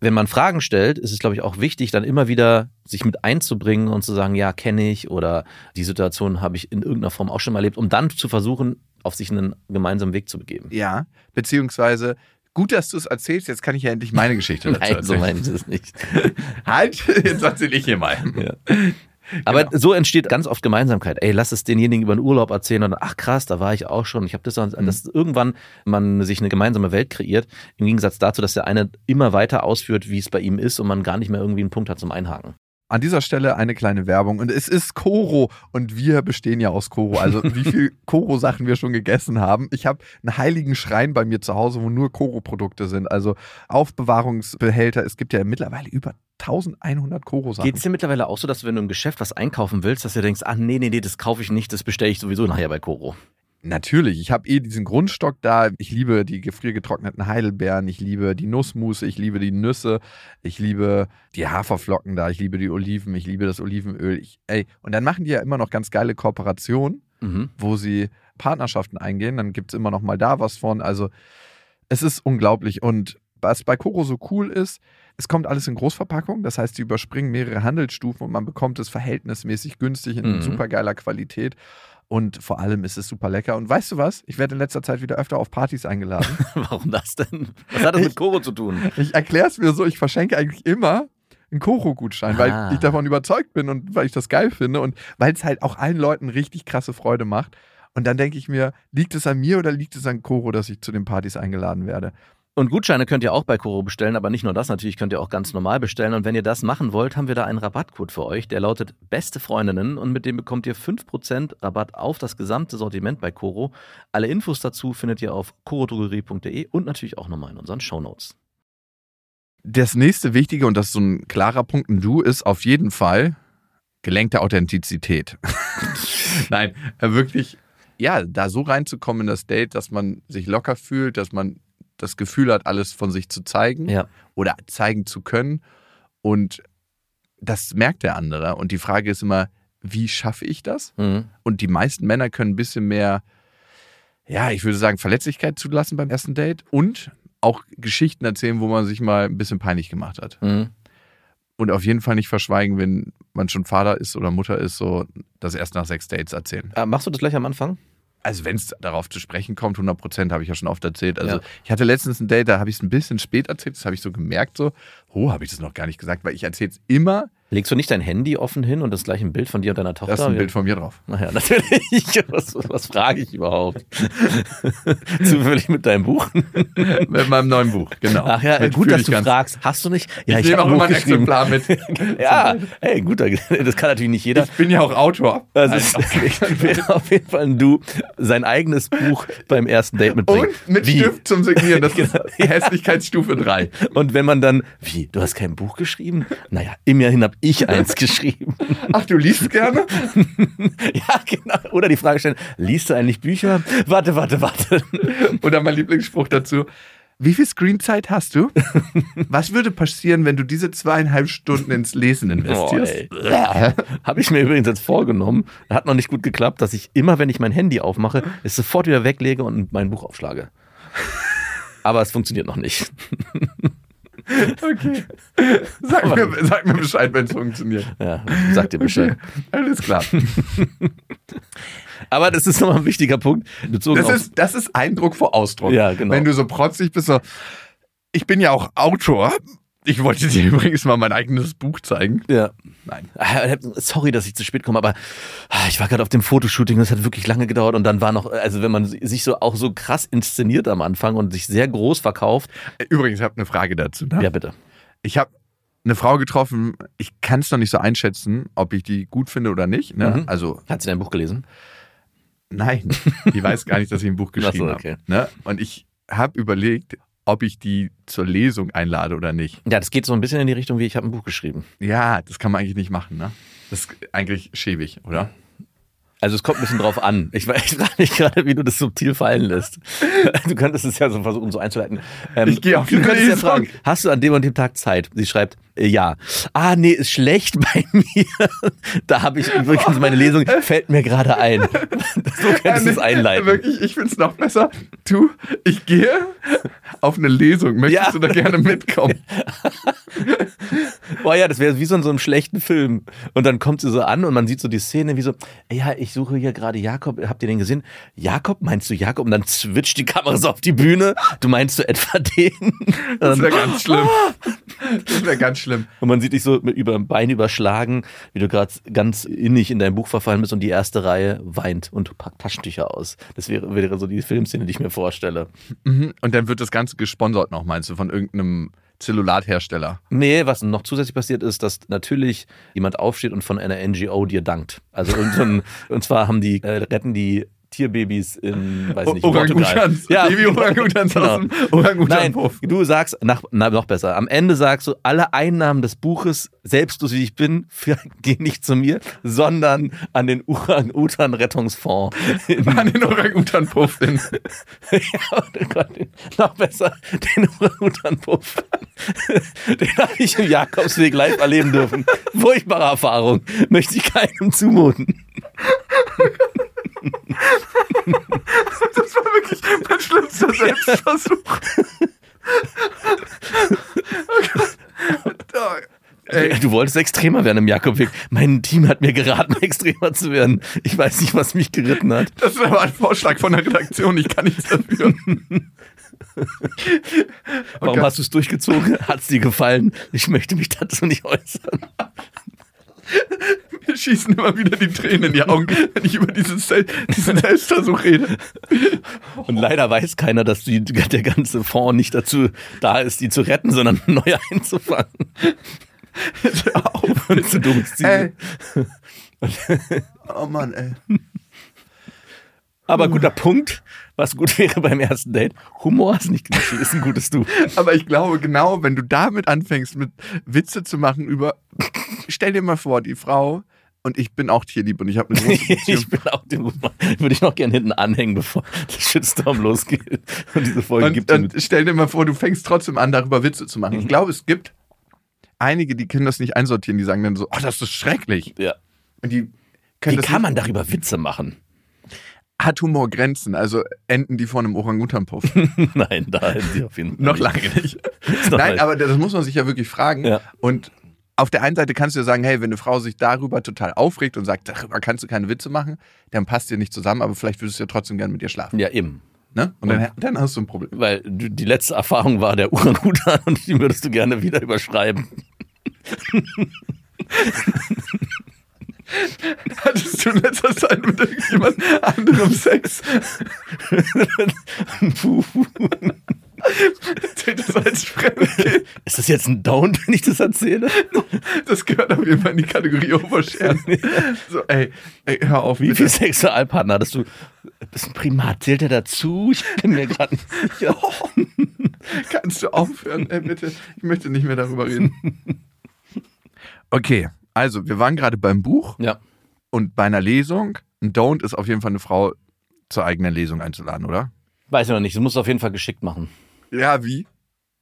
Speaker 5: wenn man Fragen stellt, ist es, glaube ich, auch wichtig, dann immer wieder sich mit einzubringen und zu sagen, ja, kenne ich oder die Situation habe ich in irgendeiner Form auch schon mal erlebt, um dann zu versuchen, auf sich einen gemeinsamen Weg zu begeben.
Speaker 4: Ja, beziehungsweise, gut, dass du es erzählst, jetzt kann ich ja endlich meine Geschichte dazu
Speaker 5: Nein, so
Speaker 4: erzählen.
Speaker 5: meine ich es nicht.
Speaker 4: halt, jetzt erzähle ich hier mal.
Speaker 5: Aber so entsteht ganz oft Gemeinsamkeit. Ey, lass es denjenigen über den Urlaub erzählen und dann, ach krass, da war ich auch schon. Ich habe das, und- dass irgendwann man sich eine gemeinsame Welt kreiert, im Gegensatz dazu, dass der eine immer weiter ausführt, wie es bei ihm ist und man gar nicht mehr irgendwie einen Punkt hat zum Einhaken.
Speaker 4: An dieser Stelle eine kleine Werbung. Und es ist Koro. Und wir bestehen ja aus Koro. Also, wie viel Koro-Sachen wir schon gegessen haben. Ich habe einen heiligen Schrein bei mir zu Hause, wo nur Koro-Produkte sind. Also, Aufbewahrungsbehälter. Es gibt ja mittlerweile über 1100 Koro-Sachen.
Speaker 5: Geht es dir mittlerweile auch so, dass du, wenn du im Geschäft was einkaufen willst, dass du denkst, ah nee, nee, nee, das kaufe ich nicht, das bestelle ich sowieso nachher bei Koro.
Speaker 4: Natürlich, ich habe eh diesen Grundstock da. Ich liebe die gefriergetrockneten Heidelbeeren, ich liebe die Nussmusse, ich liebe die Nüsse, ich liebe die Haferflocken da, ich liebe die Oliven, ich liebe das Olivenöl. Ich, ey, und dann machen die ja immer noch ganz geile Kooperationen,
Speaker 5: Mhm.
Speaker 4: wo sie Partnerschaften eingehen. Dann gibt es immer noch mal da was von. Also es ist unglaublich. Und was bei Koro so cool ist, es kommt alles in Großverpackung. Das heißt, sie überspringen mehrere Handelsstufen und man bekommt es verhältnismäßig günstig in
Speaker 5: Mhm.
Speaker 4: supergeiler Qualität. Und vor allem ist es super lecker. Und weißt du was? Ich werde in letzter Zeit wieder öfter auf Partys eingeladen.
Speaker 5: Warum das denn? Was hat das mit Koro zu tun?
Speaker 4: Ich erkläre es mir so, ich verschenke eigentlich immer einen Koro-Gutschein,
Speaker 5: Ah.
Speaker 4: weil ich davon überzeugt bin und weil ich das geil finde und weil es halt auch allen Leuten richtig krasse Freude macht. Und dann denke ich mir, liegt es an mir oder liegt es an Koro, dass ich zu den Partys eingeladen werde?
Speaker 5: Und Gutscheine könnt ihr auch bei Koro bestellen, aber nicht nur das, natürlich könnt ihr auch ganz normal bestellen. Und wenn ihr das machen wollt, haben wir da einen Rabattcode für euch, der lautet Beste Freundinnen und mit dem bekommt ihr 5% Rabatt auf das gesamte Sortiment bei Koro. Alle Infos dazu findet ihr auf korodrogerie.de und natürlich auch nochmal in unseren Shownotes.
Speaker 4: Das nächste Wichtige, und das ist so ein klarer Punkt im Du, ist auf jeden Fall gelenkte Authentizität. Nein, äh, wirklich, ja, da so reinzukommen in das Date, dass man sich locker fühlt, dass man das Gefühl hat, alles von sich zu zeigen.
Speaker 5: Ja.
Speaker 4: oder zeigen zu können. Und das merkt der andere. Und die Frage ist immer, wie schaffe ich das?
Speaker 5: Mhm.
Speaker 4: Und die meisten Männer können ein bisschen mehr, ja, ich würde sagen, Verletzlichkeit zulassen beim ersten Date und auch Geschichten erzählen, wo man sich mal ein bisschen peinlich gemacht hat.
Speaker 5: Mhm.
Speaker 4: Und auf jeden Fall nicht verschweigen, wenn man schon Vater ist oder Mutter ist, so das erst nach sechs Dates erzählen.
Speaker 5: Äh, machst du das gleich am Anfang?
Speaker 4: Also wenn es darauf zu sprechen kommt, 100 Prozent habe ich ja schon oft erzählt. Also
Speaker 5: Ja.
Speaker 4: ich hatte letztens ein Date, da habe ich es ein bisschen spät erzählt, das habe ich so gemerkt, so, oh, habe ich das noch gar nicht gesagt, weil ich erzähle es immer,
Speaker 5: Legst du nicht dein Handy offen hin und das gleich ein Bild von dir und deiner Tochter?
Speaker 4: da ist ein Bild von mir drauf.
Speaker 5: Naja, natürlich. Was, was frage ich überhaupt? Zufällig mit deinem Buch?
Speaker 4: Mit meinem neuen Buch, genau.
Speaker 5: Ach ja,
Speaker 4: Mit
Speaker 5: gut,
Speaker 4: fühl
Speaker 5: dass
Speaker 4: ich
Speaker 5: du
Speaker 4: ganz-
Speaker 5: fragst. Hast du nicht?
Speaker 4: Ich,
Speaker 5: hab
Speaker 4: nehme auch
Speaker 5: ein
Speaker 4: immer
Speaker 5: Buch
Speaker 4: ein
Speaker 5: geschrieben.
Speaker 4: Exemplar mit.
Speaker 5: Ja, hey, gut, da- das kann natürlich nicht jeder.
Speaker 4: Ich bin ja auch Autor.
Speaker 5: Also es wäre auf jeden Fall ein Du, sein eigenes Buch beim ersten Date mitbringen.
Speaker 4: Und mit
Speaker 5: wie? Genau,
Speaker 4: Stift zum Signieren, das ist Hässlichkeitsstufe 3.
Speaker 5: Und wenn man dann, wie, du hast kein Buch geschrieben? Naja, immerhin habe ich eins geschrieben.
Speaker 4: Ach, du liest gerne?
Speaker 5: ja, genau. Oder die Frage stellen, liest du eigentlich Bücher? Warte, warte, warte.
Speaker 4: Oder mein Lieblingsspruch dazu. Wie viel Screenzeit hast du? Was würde passieren, wenn du diese zweieinhalb Stunden ins Lesen investierst?
Speaker 5: Oh, ey. Habe ich mir übrigens jetzt vorgenommen, hat noch nicht gut geklappt, dass ich immer, wenn ich mein Handy aufmache, es sofort wieder weglege und mein Buch aufschlage. Aber es funktioniert noch nicht.
Speaker 4: okay. Sag mir, sag mir Bescheid, wenn es funktioniert.
Speaker 5: Ja, sag dir Bescheid.
Speaker 4: Alles klar.
Speaker 5: Aber das ist nochmal ein wichtiger Punkt. Bezogen
Speaker 4: Das
Speaker 5: auf,
Speaker 4: ist, das ist Eindruck vor Ausdruck.
Speaker 5: Genau. Ja, genau.
Speaker 4: Wenn du so protzig bist, so, ich bin ja auch Autor. Ich wollte dir übrigens mal mein eigenes Buch zeigen.
Speaker 5: ja.
Speaker 4: Nein.
Speaker 5: Ah, Sorry, dass ich zu spät komme, aber ah, ich war gerade auf dem Fotoshooting und es hat wirklich lange gedauert und dann war noch, also wenn man sich so auch so krass inszeniert am Anfang und sich sehr groß verkauft.
Speaker 4: Übrigens, ich habe eine Frage dazu. Ne?
Speaker 5: Ja, bitte.
Speaker 4: Ich habe eine Frau getroffen, ich kann es noch nicht so einschätzen, ob ich die gut finde oder nicht. Ne?
Speaker 5: Mhm.
Speaker 4: Also,
Speaker 5: Hat sie dein Buch gelesen?
Speaker 4: nein, die weiß gar nicht, dass ich ein Buch
Speaker 5: Ach so,
Speaker 4: geschrieben
Speaker 5: okay.
Speaker 4: habe. Ne? Und ich habe überlegt, ob ich die zur Lesung einlade oder nicht.
Speaker 5: Ja, das geht so ein bisschen in die Richtung, wie ich habe ein Buch geschrieben.
Speaker 4: Ja, das kann man eigentlich nicht machen. Ne? Das ist eigentlich schäbig, oder?
Speaker 5: Also es kommt ein bisschen drauf an. Ich, we- ich frage mich gerade, wie du das subtil fallen lässt. Du könntest es ja so versuchen, so einzuleiten. Ähm,
Speaker 4: Ich gehe auf
Speaker 5: du
Speaker 4: eine
Speaker 5: könntest ja
Speaker 4: Lesung.
Speaker 5: fragen, hast du an dem und dem Tag Zeit? Sie schreibt, äh, ja. Ah, nee, ist schlecht bei mir. Da habe ich übrigens meine Lesung, fällt mir gerade ein. So könntest du es
Speaker 4: Äh, nee,
Speaker 5: einleiten.
Speaker 4: Wirklich, ich finde es noch besser. Du, ich gehe auf eine Lesung. Möchtest
Speaker 5: Ja.
Speaker 4: du da gerne mitkommen?
Speaker 5: Boah Oh ja, das wäre wie so in so einem schlechten Film. Und dann kommt sie so an und man sieht so die Szene, wie so, ja, ich suche hier gerade Jakob, habt ihr den gesehen? Jakob, meinst du Jakob? Und dann switcht die Kamera so auf die Bühne. Du meinst du etwa den?
Speaker 4: Das wäre ganz schlimm. Das wäre ganz schlimm.
Speaker 5: Und man sieht dich so mit über dem Bein überschlagen, wie du gerade ganz innig in dein Buch verfallen bist und die erste Reihe weint und packt Taschentücher aus. Das wäre, wäre so die Filmszene, die ich mir vorstelle.
Speaker 4: Mhm. Und dann wird das Ganze gesponsert noch, meinst du, von irgendeinem Zellulathersteller.
Speaker 5: Nee, was noch zusätzlich passiert ist, dass natürlich jemand aufsteht und von einer NGO dir dankt. Also und, und, und zwar haben die äh, retten die Tierbabys in, weiß nicht, Portugal.
Speaker 4: Orang-Utans.
Speaker 5: Ja, Genau.
Speaker 4: Baby Orang-Utans aus dem
Speaker 5: Nein,
Speaker 4: Orang-Utan-Hof.
Speaker 5: du sagst, nach, na, noch besser, am Ende sagst du, alle Einnahmen des Buches, selbstlos wie ich bin, für, gehen nicht zu mir, sondern an den Orang-Utan-Rettungsfonds.
Speaker 4: An den Orang-Utan-Puff. hin.
Speaker 5: ja, oh Gott, den- noch besser, den Orang-Utan-Puff. den habe ich im Jakobsweg live erleben dürfen. Furchtbare Erfahrung, möchte ich keinem zumuten.
Speaker 4: Das war wirklich mein schlimmster Selbstversuch. Oh okay. Ey,
Speaker 5: Du wolltest extremer werden im Jakobsweg. Mein Team hat mir geraten, extremer zu werden. Ich weiß nicht, was mich geritten hat.
Speaker 4: das war ein Vorschlag von der Redaktion, ich kann nichts dafür.
Speaker 5: Warum
Speaker 4: Okay.
Speaker 5: hast du es durchgezogen? Hat es dir gefallen? Ich möchte mich dazu nicht äußern.
Speaker 4: Mir schießen immer wieder die Tränen in die Augen, wenn ich über diesen, Sel diesen Selbstversuch rede.
Speaker 5: Und leider weiß keiner, dass die, der ganze Fonds nicht dazu da ist, die zu retten, sondern neu einzufangen.
Speaker 4: Hör auf.
Speaker 5: Und zu dummes Ziel.
Speaker 4: Ey. Oh Mann, ey.
Speaker 5: Aber guter Punkt, was gut wäre beim ersten Date. Humor ist nicht genug, ist ein gutes Du.
Speaker 4: Aber ich glaube, genau, wenn du damit anfängst, mit Witze zu machen über. Stell dir mal vor, die Frau und ich bin auch tierlieb und ich habe eine große Beziehung.
Speaker 5: Ich bin auch den Humor. Würde ich noch gerne hinten anhängen, bevor der Shitstorm losgeht. Und diese Folge
Speaker 4: Und,
Speaker 5: gibt Mhm. es
Speaker 4: und stell dir mal vor, du fängst trotzdem an, darüber Witze zu machen. Ich glaube, es gibt einige, die können das nicht einsortieren, die sagen dann so, oh, das ist schrecklich.
Speaker 5: Ja.
Speaker 4: Und die können
Speaker 5: Wie
Speaker 4: das nicht,
Speaker 5: kann man darüber Witze machen?
Speaker 4: hat Humor Grenzen, also enden die vor einem Orang-Utan-Puff.
Speaker 5: Nein, da hätten sie auf jeden Fall.
Speaker 4: Noch
Speaker 5: nicht.
Speaker 4: lange nicht.
Speaker 5: Ist noch
Speaker 4: Nein,
Speaker 5: weit.
Speaker 4: aber das muss man sich ja wirklich fragen.
Speaker 5: Ja.
Speaker 4: Und auf der einen Seite kannst du ja sagen, hey, wenn eine Frau sich darüber total aufregt und sagt, darüber kannst du keine Witze machen, dann passt ihr nicht zusammen, aber vielleicht würdest du ja trotzdem gerne mit ihr schlafen.
Speaker 5: Ja, eben.
Speaker 4: Ne? Und dann, dann hast du ein Problem.
Speaker 5: Weil du- die letzte Erfahrung war der Urangutan und die würdest du gerne wieder überschreiben.
Speaker 4: Hattest du in letzter Zeit mit irgendjemand anderem Sex?
Speaker 5: Puh.
Speaker 4: Zählt das als Fremdgehen?
Speaker 5: Ist das jetzt ein Down, wenn ich das erzähle?
Speaker 4: Das gehört auf jeden Fall in die Kategorie Overshare. So, ey, ey, hör auf.
Speaker 5: Wie
Speaker 4: bitte.
Speaker 5: viele Sexualpartner hattest du? Bist ein Primat, zählt er dazu? Ich bin mir gerade nicht sicher.
Speaker 4: Kannst du aufhören, ey, bitte? Ich möchte nicht mehr darüber reden. Okay, also wir waren gerade beim Buch
Speaker 5: Ja.
Speaker 4: und bei einer Lesung. Ein Don't ist auf jeden Fall eine Frau zur eigenen Lesung einzuladen, oder?
Speaker 5: Weiß ich noch nicht, du musst es auf jeden Fall geschickt machen.
Speaker 4: Ja, wie?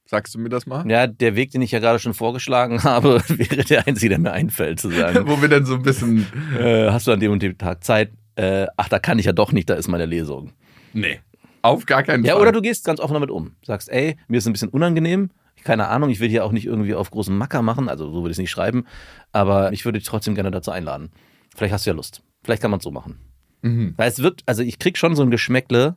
Speaker 4: Sagst du mir das mal?
Speaker 5: Ja, der Weg, den ich ja gerade schon vorgeschlagen habe, wäre der einzige, der mir einfällt, zu sagen.
Speaker 4: Wo wir dann so ein bisschen.
Speaker 5: äh, hast du an dem und dem Tag Zeit? Äh, ach, da kann ich ja doch nicht, da ist meine Lesung.
Speaker 4: Nee. Auf gar keinen
Speaker 5: Ja,
Speaker 4: Fall.
Speaker 5: oder du gehst ganz offen damit um. Sagst, ey, mir ist ein bisschen unangenehm. Keine Ahnung, ich will hier auch nicht irgendwie auf großen Macker machen, also so würde ich es nicht schreiben, aber ich würde dich trotzdem gerne dazu einladen. Vielleicht hast du ja Lust. Vielleicht kann man es so machen.
Speaker 4: Mhm.
Speaker 5: Weil es wird, also ich krieg schon so ein Geschmäckle.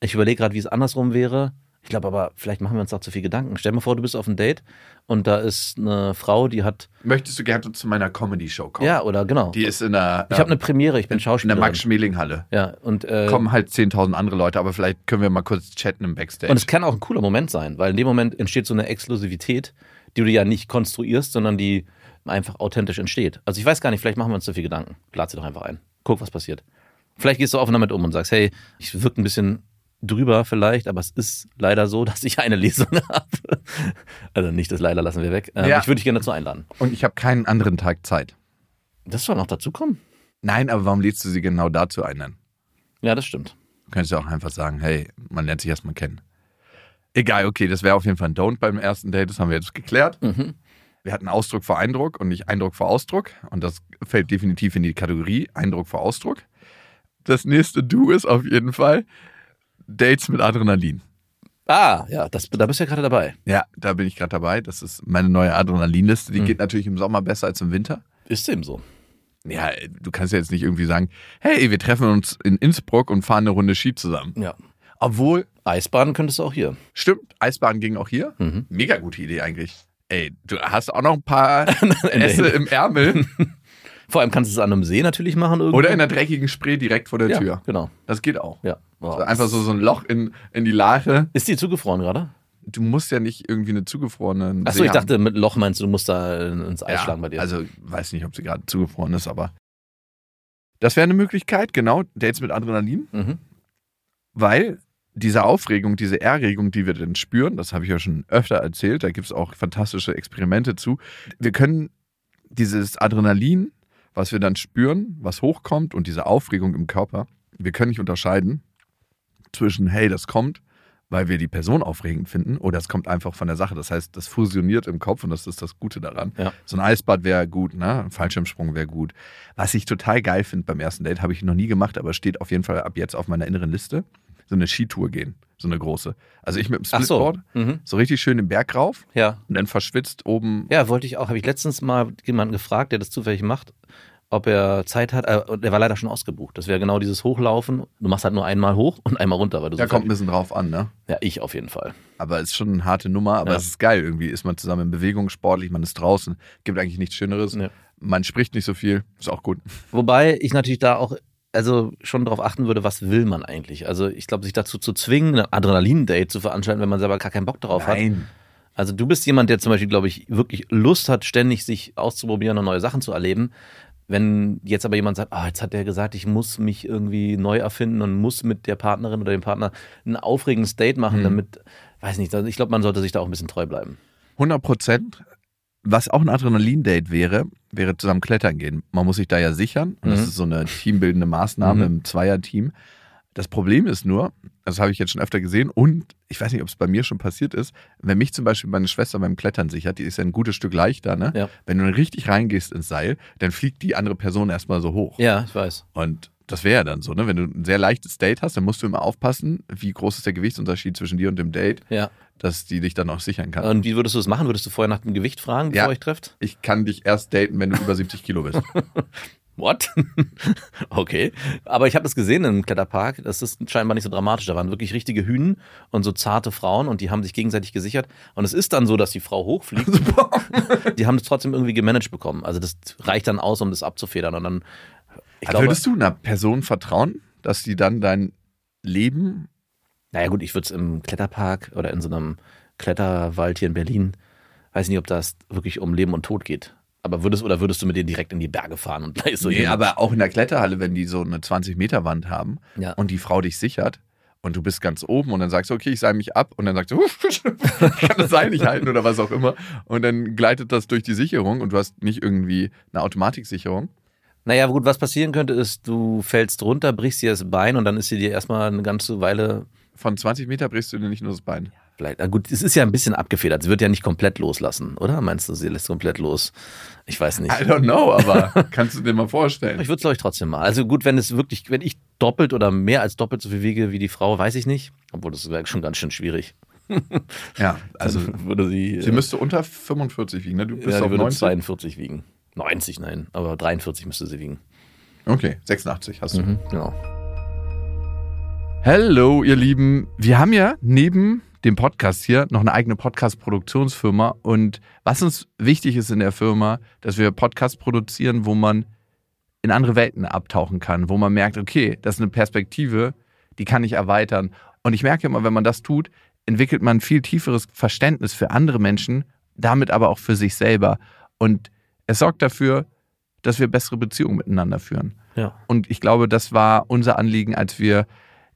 Speaker 5: Ich überlege gerade, wie es andersrum wäre. Ich glaube aber, vielleicht machen wir uns auch zu viel Gedanken. Stell dir mal vor, du bist auf einem Date und da ist eine Frau, die hat.
Speaker 4: Möchtest du gerne zu meiner Comedy-Show kommen?
Speaker 5: Ja, oder genau.
Speaker 4: Oh. Die ist in der,
Speaker 5: ich habe eine Premiere, ich bin
Speaker 4: in der
Speaker 5: Schauspieler.
Speaker 4: Max-Schmeling-Halle.
Speaker 5: Ja, und, äh,
Speaker 4: Kommen halt 10.000 andere Leute, aber vielleicht können wir mal kurz chatten im Backstage.
Speaker 5: und es kann auch ein cooler Moment sein, weil in dem Moment entsteht so eine Exklusivität, die du ja nicht konstruierst, sondern die einfach authentisch entsteht. Also ich weiß gar nicht, vielleicht machen wir uns zu viel Gedanken. Lad sie doch einfach ein. Guck, was passiert. Vielleicht gehst du offen damit um und sagst, hey, ich wirke ein bisschen drüber vielleicht, aber es ist leider so, dass ich eine Lesung habe. Also nicht das leider lassen wir weg. Ähm,
Speaker 4: Ja.
Speaker 5: Ich würde dich gerne dazu einladen.
Speaker 4: Und ich habe keinen anderen Tag Zeit.
Speaker 5: Das soll noch dazukommen.
Speaker 4: Nein, aber warum lädst du sie genau dazu ein? Dann?
Speaker 5: Ja, das stimmt.
Speaker 4: Du könntest ja auch einfach sagen, hey, man lernt sich erstmal kennen. Egal, okay, das wäre auf jeden Fall ein Don't beim ersten Date, das haben wir jetzt geklärt.
Speaker 5: Mhm.
Speaker 4: Wir hatten Ausdruck vor Eindruck und nicht Eindruck vor Ausdruck. Und das fällt definitiv in die Kategorie Eindruck vor Ausdruck. Das nächste Du ist auf jeden Fall Dates mit Adrenalin.
Speaker 5: Ah, ja, das, da bist du ja gerade dabei.
Speaker 4: Ja, da bin ich gerade dabei. Das ist meine neue Adrenalinliste. Die
Speaker 5: Mhm.
Speaker 4: geht natürlich im Sommer besser als im Winter.
Speaker 5: Ist eben so.
Speaker 4: Ja, du kannst ja jetzt nicht irgendwie sagen, hey, wir treffen uns in Innsbruck und fahren eine Runde Ski zusammen.
Speaker 5: Ja.
Speaker 4: Obwohl,
Speaker 5: Eisbaden könntest du auch hier.
Speaker 4: stimmt, Eisbahn ging auch hier.
Speaker 5: Mhm.
Speaker 4: Mega gute Idee eigentlich. Ey, du hast auch noch ein paar
Speaker 5: der
Speaker 4: Esse im Ärmel
Speaker 5: Vor allem kannst du es an einem See natürlich machen. Irgendwie.
Speaker 4: oder in der dreckigen Spree direkt vor der
Speaker 5: ja,
Speaker 4: Tür.
Speaker 5: Genau.
Speaker 4: Das geht auch.
Speaker 5: Ja. Wow.
Speaker 4: So Also einfach so, so ein Loch in, in die Lache.
Speaker 5: Ist die zugefroren gerade?
Speaker 4: Du musst ja nicht irgendwie eine zugefrorene.
Speaker 5: Achso,
Speaker 4: See
Speaker 5: ich
Speaker 4: haben.
Speaker 5: dachte, mit Loch meinst du, du musst da ins Eis
Speaker 4: ja,
Speaker 5: schlagen bei dir.
Speaker 4: Also weiß nicht, ob sie gerade zugefroren ist, aber Das wäre eine Möglichkeit, genau. Dates mit Adrenalin.
Speaker 5: Mhm.
Speaker 4: Weil diese Aufregung, diese Erregung, die wir dann spüren, das habe ich ja schon öfter erzählt, da gibt es auch fantastische Experimente zu. Wir können dieses Adrenalin, was wir dann spüren, was hochkommt und diese Aufregung im Körper, wir können nicht unterscheiden zwischen, hey, das kommt, weil wir die Person aufregend finden, oder es kommt einfach von der Sache. Das heißt, das fusioniert im Kopf und das ist das Gute daran.
Speaker 5: Ja.
Speaker 4: So ein Eisbad wäre gut, ne? ein Fallschirmsprung wäre gut. Was ich total geil finde beim ersten Date, habe ich noch nie gemacht, aber steht auf jeden Fall ab jetzt auf meiner inneren Liste. So eine Skitour gehen, so eine große. Also ich mit dem
Speaker 5: Ach so.
Speaker 4: Splitboard, so.
Speaker 5: Mhm.
Speaker 4: richtig schön den Berg rauf
Speaker 5: Ja.
Speaker 4: und dann verschwitzt oben.
Speaker 5: Ja, wollte ich auch. Habe ich letztens mal jemanden gefragt, der das zufällig macht, ob er Zeit hat. Äh, und der war leider schon ausgebucht. Das wäre genau dieses Hochlaufen. Du machst halt nur einmal hoch und einmal runter, weil du
Speaker 4: Da
Speaker 5: so
Speaker 4: kommt ein bisschen drauf an, ne?
Speaker 5: Ja, ich auf jeden Fall.
Speaker 4: Aber ist schon eine harte Nummer, aber
Speaker 5: Ja.
Speaker 4: es ist geil. Irgendwie ist man zusammen in Bewegung, sportlich, man ist draußen. Gibt eigentlich nichts Schöneres.
Speaker 5: Nee.
Speaker 4: Man spricht nicht so viel, ist auch gut.
Speaker 5: Wobei ich natürlich da auch also schon darauf achten würde, was will man eigentlich? Also ich glaube, sich dazu zu zwingen, ein Adrenalin-Date zu veranstalten, wenn man selber gar keinen Bock drauf hat. Also du bist jemand, der zum Beispiel, glaube ich, wirklich Lust hat, ständig sich auszuprobieren und neue Sachen zu erleben. Wenn jetzt aber jemand sagt, ah, jetzt hat der gesagt, ich muss mich irgendwie neu erfinden und muss mit der Partnerin oder dem Partner ein aufregendes Date machen,
Speaker 4: Hm.
Speaker 5: damit, weiß nicht, also ich glaube, man sollte sich da auch ein bisschen treu bleiben.
Speaker 4: 100 Prozent. Was auch ein Adrenalin-Date wäre, wäre zusammen klettern gehen. Man muss sich da ja sichern. Und das
Speaker 5: Mhm.
Speaker 4: ist so eine teambildende Maßnahme
Speaker 5: Mhm.
Speaker 4: im Zweierteam. Das Problem ist nur, das habe ich jetzt schon öfter gesehen und ich weiß nicht, ob es bei mir schon passiert ist, wenn mich zum Beispiel meine Schwester beim Klettern sichert, die ist ja ein gutes Stück leichter, ne?
Speaker 5: Ja.
Speaker 4: Wenn du dann richtig reingehst ins Seil, dann fliegt die andere Person erstmal so hoch.
Speaker 5: Ja, ich weiß.
Speaker 4: Und das wäre ja dann so, ne? Wenn du ein sehr leichtes Date hast, dann musst du immer aufpassen, wie groß ist der Gewichtsunterschied zwischen dir und dem Date,
Speaker 5: Ja.
Speaker 4: dass die dich dann auch sichern kann.
Speaker 5: Und wie würdest du es machen? Würdest du vorher nach dem Gewicht fragen, bevor
Speaker 4: Ja.
Speaker 5: ihr euch trefft?
Speaker 4: ich kann dich erst daten, wenn du über 70 Kilo bist.
Speaker 5: What? okay. Aber ich habe das gesehen im Kletterpark. Das ist scheinbar nicht so dramatisch. Da waren wirklich richtige Hünen und so zarte Frauen und die haben sich gegenseitig gesichert. Und es ist dann so, dass die Frau hochfliegt. die haben es trotzdem irgendwie gemanagt bekommen. Also das reicht dann aus, um das abzufedern. Und dann, ich
Speaker 4: Aber
Speaker 5: glaube,
Speaker 4: Also Würdest du einer Person vertrauen, dass die dann dein Leben.
Speaker 5: naja gut, ich würde es im Kletterpark oder in so einem Kletterwald hier in Berlin, weiß nicht, ob das wirklich um Leben und Tod geht. Aber würdest oder würdest du mit denen direkt in die Berge fahren und gleich so
Speaker 4: Nee,
Speaker 5: hier-
Speaker 4: aber auch in der Kletterhalle, wenn die so eine 20-Meter-Wand haben
Speaker 5: ja.
Speaker 4: und die Frau dich sichert und du bist ganz oben und dann sagst du, okay, ich seil mich ab und dann sagst du, ich kann das Seil nicht halten oder was auch immer. Und dann gleitet das durch die Sicherung und du hast nicht irgendwie eine Automatiksicherung.
Speaker 5: Naja, gut, was passieren könnte, ist, du fällst runter, brichst dir das Bein und dann ist sie dir erstmal eine ganze Weile.
Speaker 4: Von 20 Meter brichst du dir nicht nur das Bein.
Speaker 5: Vielleicht, na gut, es ist ja ein bisschen abgefedert. Sie wird ja nicht komplett loslassen, oder? Meinst du, sie lässt komplett los? Ich weiß nicht.
Speaker 4: I don't know, aber kannst du dir mal vorstellen.
Speaker 5: Ich würde es, glaube ich, trotzdem mal. Also gut, wenn es wirklich, wenn ich doppelt oder mehr als doppelt so viel wiege wie die Frau, weiß ich nicht. Obwohl, das wäre schon ganz schön schwierig.
Speaker 4: Ja, also
Speaker 5: Dann würde sie.
Speaker 4: sie müsste unter 45 wiegen, ne? Du
Speaker 5: äh,
Speaker 4: bist
Speaker 5: ja, die
Speaker 4: auf
Speaker 5: würde
Speaker 4: 90.
Speaker 5: 42 wiegen. 90, nein, aber 43 müsste sie wiegen.
Speaker 4: Okay, 86 hast du.
Speaker 5: Mhm, genau.
Speaker 4: Hallo, ihr Lieben. Wir haben ja neben dem Podcast hier noch eine eigene Podcast-Produktionsfirma. Und was uns wichtig ist in der Firma, dass wir Podcasts produzieren, wo man in andere Welten abtauchen kann, wo man merkt, okay, das ist eine Perspektive, die kann ich erweitern. Und ich merke immer, wenn man das tut, entwickelt man ein viel tieferes Verständnis für andere Menschen, damit aber auch für sich selber. Und es sorgt dafür, dass wir bessere Beziehungen miteinander führen.
Speaker 5: Ja.
Speaker 4: Und ich glaube, das war unser Anliegen, als wir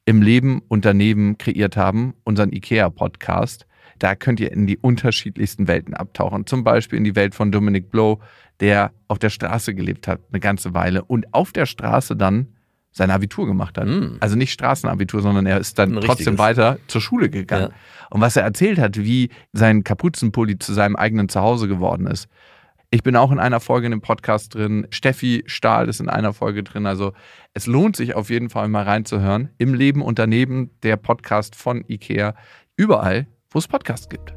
Speaker 4: im Leben und daneben kreiert haben, unseren IKEA-Podcast. Da könnt ihr in die unterschiedlichsten Welten abtauchen. Zum Beispiel in die Welt von Dominic Blow, der auf der Straße gelebt hat, eine ganze Weile und auf der Straße dann sein Abitur gemacht hat.
Speaker 5: Mm.
Speaker 4: Also nicht Straßenabitur, sondern er ist dann
Speaker 5: Ein
Speaker 4: trotzdem
Speaker 5: richtiges.
Speaker 4: weiter zur Schule gegangen. Und was er erzählt hat, wie sein Kapuzenpulli zu seinem eigenen Zuhause geworden ist. Ich bin auch in einer Folge in dem Podcast drin. Steffi Stahl ist in einer Folge drin. Also es lohnt sich auf jeden Fall mal reinzuhören. Im Leben und daneben der Podcast von IKEA. Überall, wo es Podcasts gibt.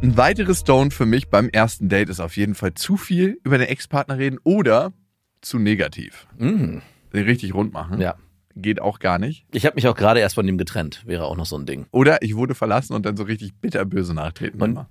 Speaker 4: Ein weiteres Stone für mich beim ersten Date ist auf jeden Fall zu viel über den Ex-Partner reden oder zu negativ.
Speaker 5: Mhm,
Speaker 4: Den richtig rund machen.
Speaker 5: ja.
Speaker 4: Geht auch gar nicht.
Speaker 5: Ich habe mich auch gerade erst von dem getrennt. Wäre auch noch so ein Ding.
Speaker 4: Oder ich wurde verlassen und dann so richtig bitterböse nachtreten.
Speaker 5: Und-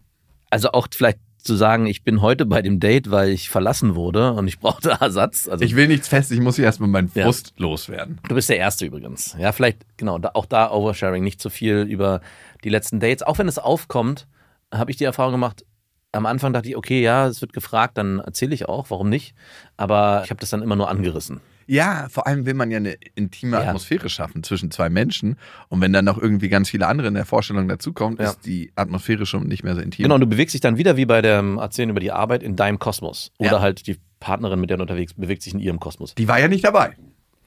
Speaker 5: also auch vielleicht zu sagen, ich bin heute bei dem Date, weil ich verlassen wurde und ich brauchte Ersatz. Also
Speaker 4: ich will nichts fest, ich muss hier erstmal meinen
Speaker 5: Ja.
Speaker 4: Frust loswerden.
Speaker 5: du bist der Erste übrigens. Ja, vielleicht, genau, da, auch da Oversharing, nicht zu viel über die letzten Dates. Auch wenn es aufkommt, habe ich die Erfahrung gemacht, am Anfang dachte ich, okay, ja, es wird gefragt, dann erzähle ich auch, warum nicht. Aber ich habe das dann immer nur angerissen.
Speaker 4: Ja, vor allem will man ja eine intime
Speaker 5: Ja.
Speaker 4: Atmosphäre schaffen zwischen zwei Menschen. Und wenn dann noch irgendwie ganz viele andere in der Vorstellung dazukommen,
Speaker 5: Ja.
Speaker 4: ist die Atmosphäre schon nicht mehr so intim.
Speaker 5: Genau, und du bewegst dich dann wieder wie bei dem Erzählen über die Arbeit in deinem Kosmos. Oder
Speaker 4: Ja.
Speaker 5: halt die Partnerin, mit der du unterwegs bist, bewegt sich in ihrem Kosmos.
Speaker 4: Die war ja nicht dabei.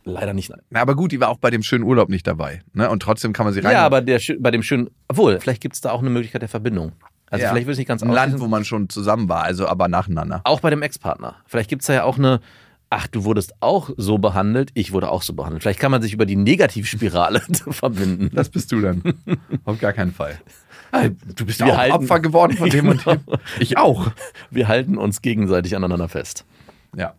Speaker 5: Leider nicht. Nein.
Speaker 4: Na, aber gut, die war auch bei dem schönen Urlaub nicht dabei. Ne? Und trotzdem kann man sie rein.
Speaker 5: Ja, aber der, schö- bei dem schönen, obwohl, vielleicht gibt es da auch eine Möglichkeit der Verbindung. Also
Speaker 4: Ja.
Speaker 5: vielleicht will ich nicht ganz
Speaker 4: Ein Land,
Speaker 5: ausschließen.
Speaker 4: wo man schon zusammen war, also aber nacheinander.
Speaker 5: Auch bei dem Ex-Partner. Vielleicht gibt es da ja auch eine, ach, du wurdest auch so behandelt, ich wurde auch so behandelt. Vielleicht kann man sich über die Negativspirale verbinden.
Speaker 4: Das bist du dann. Auf gar keinen Fall. Du bist
Speaker 5: Wir
Speaker 4: auch
Speaker 5: halten-
Speaker 4: Opfer geworden von dem und dem. Ich auch.
Speaker 5: Wir halten uns gegenseitig aneinander fest.
Speaker 4: Ja.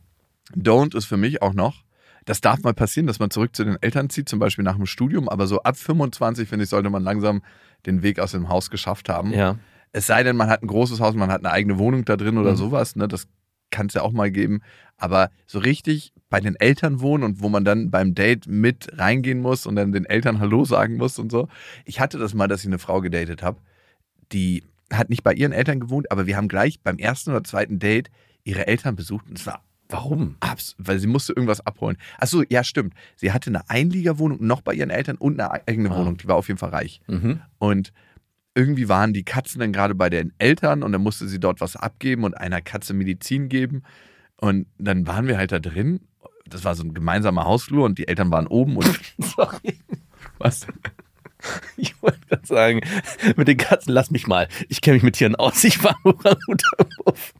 Speaker 4: Don't ist für mich auch noch, das darf mal passieren, dass man zurück zu den Eltern zieht, zum Beispiel nach dem Studium, aber so ab 25, finde ich, sollte man langsam den Weg aus dem Haus geschafft haben.
Speaker 5: Ja.
Speaker 4: Es sei denn, man hat ein großes Haus, man hat eine eigene Wohnung da drin oder
Speaker 5: Mhm.
Speaker 4: sowas, ne? das kann es ja auch mal geben. Aber so richtig bei den Eltern wohnen und wo man dann beim Date mit reingehen muss und dann den Eltern Hallo sagen muss und so. Ich hatte das mal, dass ich eine Frau gedatet habe, die hat nicht bei ihren Eltern gewohnt, aber wir haben gleich beim ersten oder zweiten Date ihre Eltern besucht und es war
Speaker 5: Warum?
Speaker 4: Abs weil sie musste irgendwas abholen. Achso, ja, stimmt. Sie hatte eine Einliegerwohnung noch bei ihren Eltern und eine eigene
Speaker 5: Ah.
Speaker 4: Wohnung. Die war auf jeden Fall reich.
Speaker 5: Mhm.
Speaker 4: Und irgendwie waren die Katzen dann gerade bei den Eltern und dann musste sie dort was abgeben und einer Katze Medizin geben. Und dann waren wir halt da drin. Das war so ein gemeinsamer Hausflur und die Eltern waren oben und
Speaker 5: Sorry.
Speaker 4: was?
Speaker 5: Ich wollte gerade sagen, mit den Katzen, lass mich mal. Ich kenne mich mit Tieren aus. Ich war nur ein guter Wurf.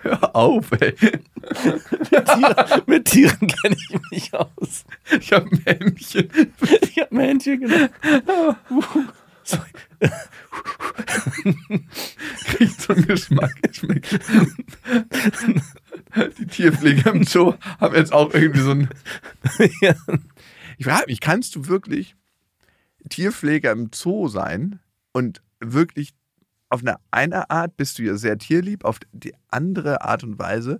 Speaker 4: Hör auf, ey.
Speaker 5: Tiere, mit Tieren kenne ich mich aus.
Speaker 4: Ich hab ein Männchen.
Speaker 5: Ich habe mein Händchen genommen. Sorry.
Speaker 4: Riecht so einen Geschmack. Schmeckt. Die Tierpfleger im Zoo haben jetzt auch irgendwie so ein
Speaker 5: Ja.
Speaker 4: Ich frage mich, kannst du wirklich Tierpfleger im Zoo sein und wirklich auf eine eine Art bist du ja sehr tierlieb, auf die andere Art und Weise